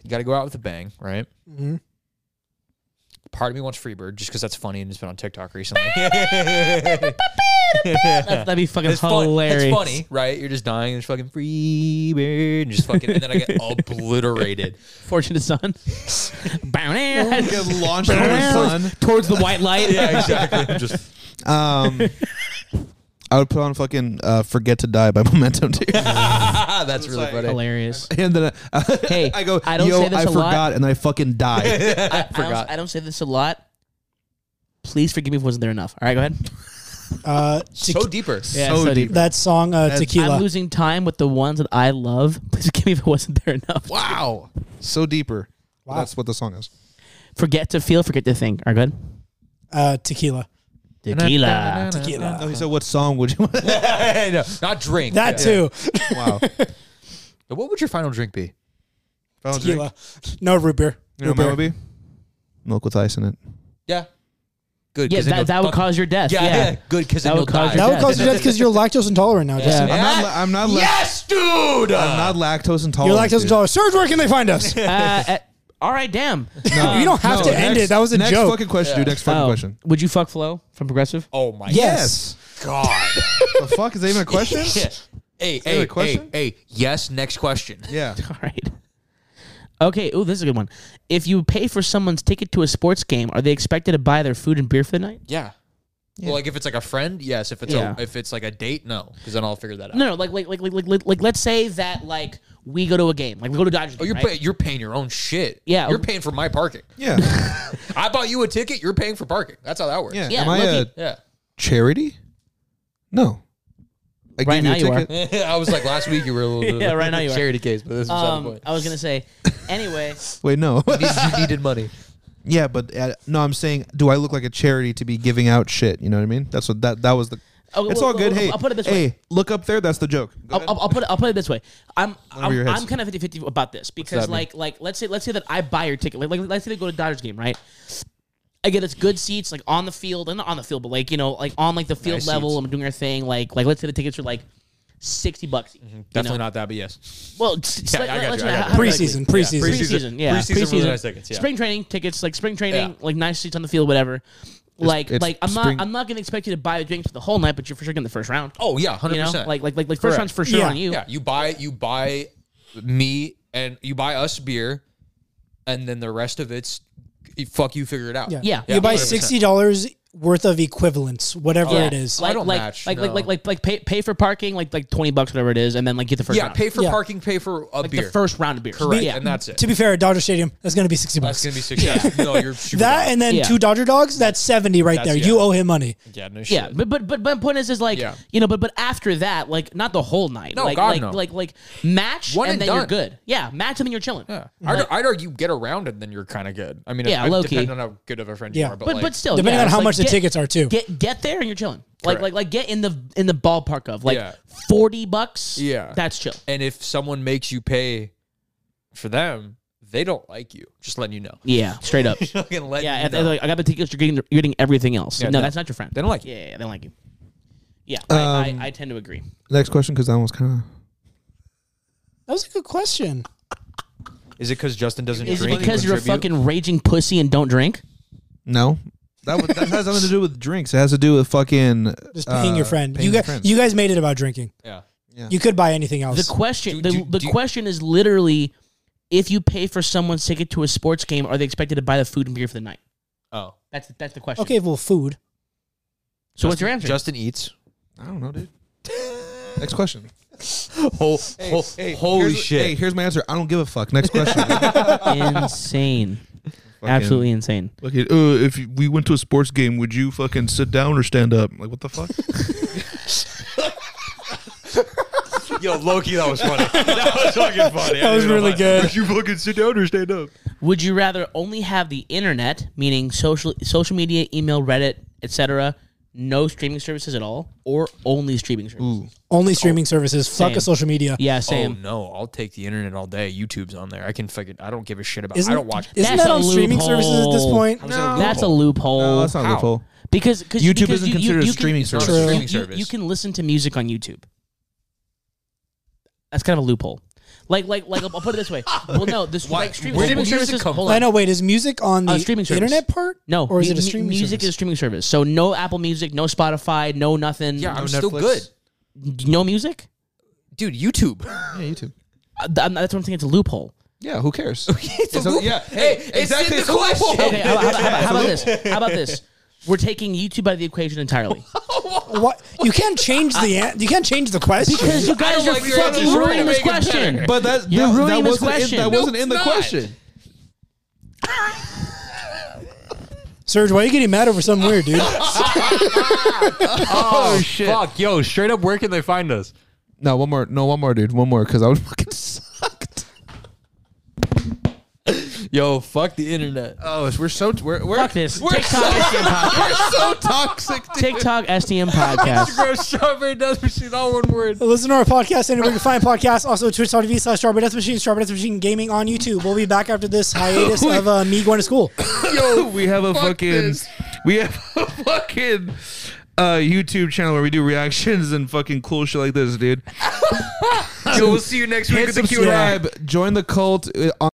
D: you got to go out with a bang, right?
C: Mm-hmm.
D: Part of me wants Freebird just because that's funny and it's been on TikTok recently.
A: That, that'd be fucking
D: it's fun-
A: hilarious.
D: It's funny, right? You're just dying. There's fucking Freebird, and just fucking, and then I get obliterated.
A: Fortunate son. Bow now.
B: Get launched into the sun.
A: Towards the white light.
D: Yeah, exactly. Just
B: Um, I would put on fucking uh, "Forget to Die" by Momentum dude.
D: Ah, that's really funny.
A: Hilarious.
B: and then I,
A: Hey,
B: I go,
A: I don't
B: "Yo,
A: say this
B: I
A: a lot."
B: forgot," and I fucking die.
A: I, I don't,
D: forgot.
A: I don't say this a lot. Please forgive me if it wasn't there enough. All right, go ahead.
C: Uh,
D: So deeper.
A: Yeah, so
B: so deep.
A: deep.
C: that song uh,
B: That's-
A: I'm
C: Tequila.
A: losing time with the ones that I love. Please forgive me if it wasn't there enough.
B: Wow, so deeper.
C: Wow.
B: That's what the song is.
A: Forget to feel, forget to think. All right, go ahead.
C: Uh, tequila.
A: Tequila.
C: Tequila.
B: Okay, so what song would you?
D: no, not drink.
C: That too.
B: wow,
D: What would your final drink be?
B: Final drink.
C: Tequila. No root beer.
B: You know what mine would be? Milk with ice in it.
D: Yeah. Good.
A: Yeah,
D: 'cause then
A: that,
D: you'll
A: that would
D: fuck-
A: cause your death.
D: Yeah,
A: Yeah.
D: yeah. Good, because
A: That
D: then you'll
A: would cause
D: die.
A: your
C: That would
A: death.
C: cause you death because you're lactose intolerant now, Justin.
B: I'm not. I'm not. Lac-
D: yes, dude.
B: I'm not lactose
C: You're
B: intolerant.
C: lactose
B: dude.
C: intolerant. Serge, where can they find us? you
A: Uh, uh, all right, damn.
C: don't have
B: No,
C: to end
B: next-
C: it. That was a
B: next
C: joke.
B: fucking question, dude. Next fucking
A: Oh,
B: question.
A: Would you fuck Flo from Progressive?
D: oh my
C: Yes.
D: god.
B: the fuck is that even a question?
D: hey, hey,
B: a
D: hey, hey,
B: question?
D: Yes. Next question.
B: Yeah.
A: All right. Okay. Oh, this is a good one. If you pay for someone's ticket to a sports game, are they expected to buy their food and beer for the night?
D: Yeah. Well, like if it's like a friend, yes. If it's
A: Yeah.
D: a, if it's like a date, no, because then I'll figure that out.
A: No, no. Like, like, like, like, like, like, like, let's say that like we go to a game, like we go to Dodgers.
D: Oh, you're
A: right?
D: pay, you're paying your own shit.
A: Yeah.
D: You're paying for my parking.
B: Yeah.
D: I bought you a ticket. You're paying for parking. That's how that works.
B: Yeah.
A: Yeah,
B: Am I a
A: look
D: Yeah.
B: charity? No. I
A: Right
B: gave
A: now
B: you
A: you
B: a
A: are.
B: ticket.
D: I was like last week you were a little
A: Yeah, right now you are.
D: charity case, but this was um,
A: Um,
D: point.
A: I was gonna say. Anyway,
B: Wait, no.
D: You needed- you needed money.
B: yeah, but uh, no, I'm saying, do I look like a charity to be giving out shit? You know what I mean? That's what that that was the.
A: Okay,
B: it's
A: Oh, well,
B: all good.
A: well,
B: hey,
A: I'll put it this
B: hey,
A: way.
B: look up there. That's the joke. Go
A: I'll,
B: ahead.
A: I'll, I'll put it. I'll put it this way. I'm
B: over your
A: I'm,
B: heads.
A: I'm kind of 50-50 about this because
D: that mean?
A: like like let's say let's say that I buy your ticket. Like, like let's say they go to Dodgers game, right? I get us good seats like on the field and not on the field, but like you know like on like the field
D: Nice
A: level.
D: seats.
A: I'm doing our thing. Like like let's say the tickets are like sixty bucks. each, you
D: Mm-hmm. Definitely
A: know?
D: not that, but yes.
A: Well, it's- it's
D: Yeah,
A: like-
D: I got
A: let's
D: you, I
A: not-
D: got
A: how-
D: you.
A: like,
C: Preseason. Preseason.
D: Yeah,
A: Preseason, yeah,
D: Preseason was nice tickets, yeah.
A: Spring training tickets, like spring training,
D: Yeah.
A: like nice seats on the field, whatever. Like,
B: it's
A: like I'm
B: spring-
A: not, I'm not gonna expect you to buy drinks for the whole night, but you're for sure getting the first round.
D: Oh yeah, hundred
A: you know,
D: percent.
A: like, like, like, like first
D: Correct.
A: round's for sure
C: Yeah.
A: on you.
D: yeah, you buy you buy me and you buy us beer, and then the rest of it's fuck you. Figure it out.
C: Yeah.
A: Yeah.
C: You buy
D: 100%.
C: sixty dollars worth of equivalents, whatever
D: Yeah.
C: it is.
D: I
A: Like,
D: don't
A: like,
D: match,
A: like, like,
D: no.
A: like, like, like, pay, pay for parking, like, like twenty bucks, whatever it is, and then like get the first
D: Yeah,
A: round.
D: pay for
C: Yeah.
D: parking, pay for a
A: like
D: beer.
A: the first round of beer.
D: Correct,
A: Yeah.
D: and that's it.
C: to be fair, at Dodger Stadium, that's gonna be sixty
D: That's
C: bucks.
D: gonna be successful. no, you're super
C: that
D: dumb.
C: and then
A: Yeah.
C: two Dodger dogs, that's seventy right
D: That's-
C: there.
D: yeah.
C: You owe him money.
D: yeah, no shit.
A: Yeah, but but but my point is is like
D: Yeah.
A: you know, but but after that, like not the whole night.
D: No,
A: like
D: God,
A: like,
D: no.
A: like like match
D: One
A: and,
D: and
A: then you're
D: done.
A: good. Yeah, match and then you're chilling.
D: Yeah. I'd, I'd argue get around and then you're kind of good. I mean,
A: Yeah,
D: it,
A: low key.
D: depending on how good of a friend
C: Yeah.
D: you are, but
A: But
D: like,
A: but still,
C: Depending
A: Oh, yeah,
C: on
A: it's
C: how
A: like,
C: much the
A: get-
C: tickets are too.
A: get get there and you're chilling. Like
D: Correct.
A: like like get in the in the ballpark of like
D: Yeah.
A: forty bucks.
D: Yeah.
A: that's chill.
D: and if someone makes you pay for them, they don't like you. Just letting you know.
A: Yeah, straight up.
D: Fucking let
A: yeah,
D: you
A: and
D: know.
A: they're like I got the tickets. You're getting you're getting everything else.
D: Yeah,
A: no,
D: no.
A: that's not your friend.
D: they don't like you.
A: yeah, yeah, they don't like you. Yeah, I,
D: Um,
A: I, I tend to agree.
B: Next question, because that one's kind of.
C: That was a good question.
D: Is it because Justin doesn't
A: Is it
D: drink? and
A: because you're a
D: contribute?
A: fucking raging pussy and don't drink?
B: No. That, was, that has nothing to do with drinks. It has to do with fucking.
C: Just paying your
B: uh,
C: friend.
B: paying
C: you
B: your
C: guys,
B: friends.
C: you guys made it about drinking.
D: Yeah.
C: You could buy anything else.
A: The question
D: Do-
A: the,
D: do-
A: the
D: do-
A: question is literally if you pay for someone's ticket to a sports game, are they expected to buy the food and beer for the night?
D: Oh.
A: That's that's the question.
C: okay, well, food.
A: So what's your answer?
D: Justin eats.
B: I don't know, dude. Next question.
D: Ho- ho- holy
B: here's-
D: shit.
B: Hey, here's my answer. I don't give a fuck. Next question. Fucking-
A: insane. Absolutely insane.
B: Look at, uh, if you- we went to a sports game, would you fucking sit down or stand up? Like, what the fuck?
D: Yo, Loki, that was funny. That was fucking funny.
C: That was really good.
B: you fucking sit down or stand up?
A: Would you rather only have the internet, meaning social social media, email, Reddit, etc., no streaming services at all or only streaming services.
C: Only streaming services. Fuck
A: same.
C: a social media.
A: Yeah,
D: Oh
A: same.
D: no, I'll take the internet all day. YouTube's on there. I can figure. I don't give a shit about.
C: Isn't,
D: I don't watch.
C: Isn't
A: That's
C: that
A: a
C: on streaming services at this
A: loophole.
C: point?
D: How is that a
A: That's a
D: loophole?
A: loophole.
B: No, that's not
D: How?
B: loophole.
A: because cause,
B: YouTube
A: because
B: isn't
A: you- you-
B: considered a
A: you
B: streaming
A: can,
B: service.
C: True.
A: You-
D: Streaming
A: you-
D: service.
A: You, can listen to music on YouTube. That's kind of a loophole. Like like like I'll I'll put it this way. well, no, this
D: Why-
A: like streaming,
D: where did
A: streaming
D: music
A: services.
D: come
A: hold
D: from?
A: on.
C: I know. Wait, is music on the
A: Uh, streaming service.
C: internet part?
A: No,
C: or is
A: mu-
C: it a
A: mu-
C: streaming
A: music
C: service?
A: is a streaming service. So no Apple Music, no Spotify, no nothing.
D: Yeah, I'm
B: No
D: still
B: Netflix.
D: good,
A: no music.
D: dude. YouTube.
B: Yeah, YouTube.
A: Uh, th- I'm- that's what I'm saying. It's a loophole.
B: Yeah, who cares?
D: it's a
B: It's a-
D: loophole.
B: yeah, hey,
D: Hey, it's
B: exactly,
D: in
B: it's
D: the
B: a loophole.
D: question.
A: Okay, how, how- how about- how about this? How about this? We're taking YouTube out of the equation entirely
C: What you can't change the an- you can't change the question.
A: because you guys
D: don't
A: are
D: like your
A: fucking
D: answer. We're
A: ruining
D: gonna
A: this
D: make it better.
A: question.
B: But that
A: You're
B: that,
A: ruining
B: that
A: this
B: wasn't
A: question.
B: In, that
A: No,
B: wasn't in the
D: it's not.
B: question.
C: Serge, why are you getting mad over something weird, dude?
D: Oh,
B: shit.
D: Fuck, yo, straight up. Where can they find us?
B: No, one more. No, one more, dude. One more, because I was fucking sucked.
D: Yo, fuck the internet.
B: Oh, we're so we're, we're
A: Fuck this.
B: We're
A: TikTok SDM podcast.
B: so toxic. Dude.
A: TikTok SDM podcast.
D: Instagram strawberry does machine all one word.
C: Listen to our podcast anywhere you can find podcasts. Also, twitch.tv slash Strawberry Death Machine, Strawberry Death Machine Gaming on YouTube. We'll be back after this hiatus of uh, me going to school.
B: Yo, we have a
D: fuck
B: fucking
D: this.
B: we have a fucking uh, YouTube channel where we do reactions and fucking cool shit like this, dude.
D: Yo, we'll see you next week
B: Hit
D: at the Q&A.
B: subscribe, join the cult. uh,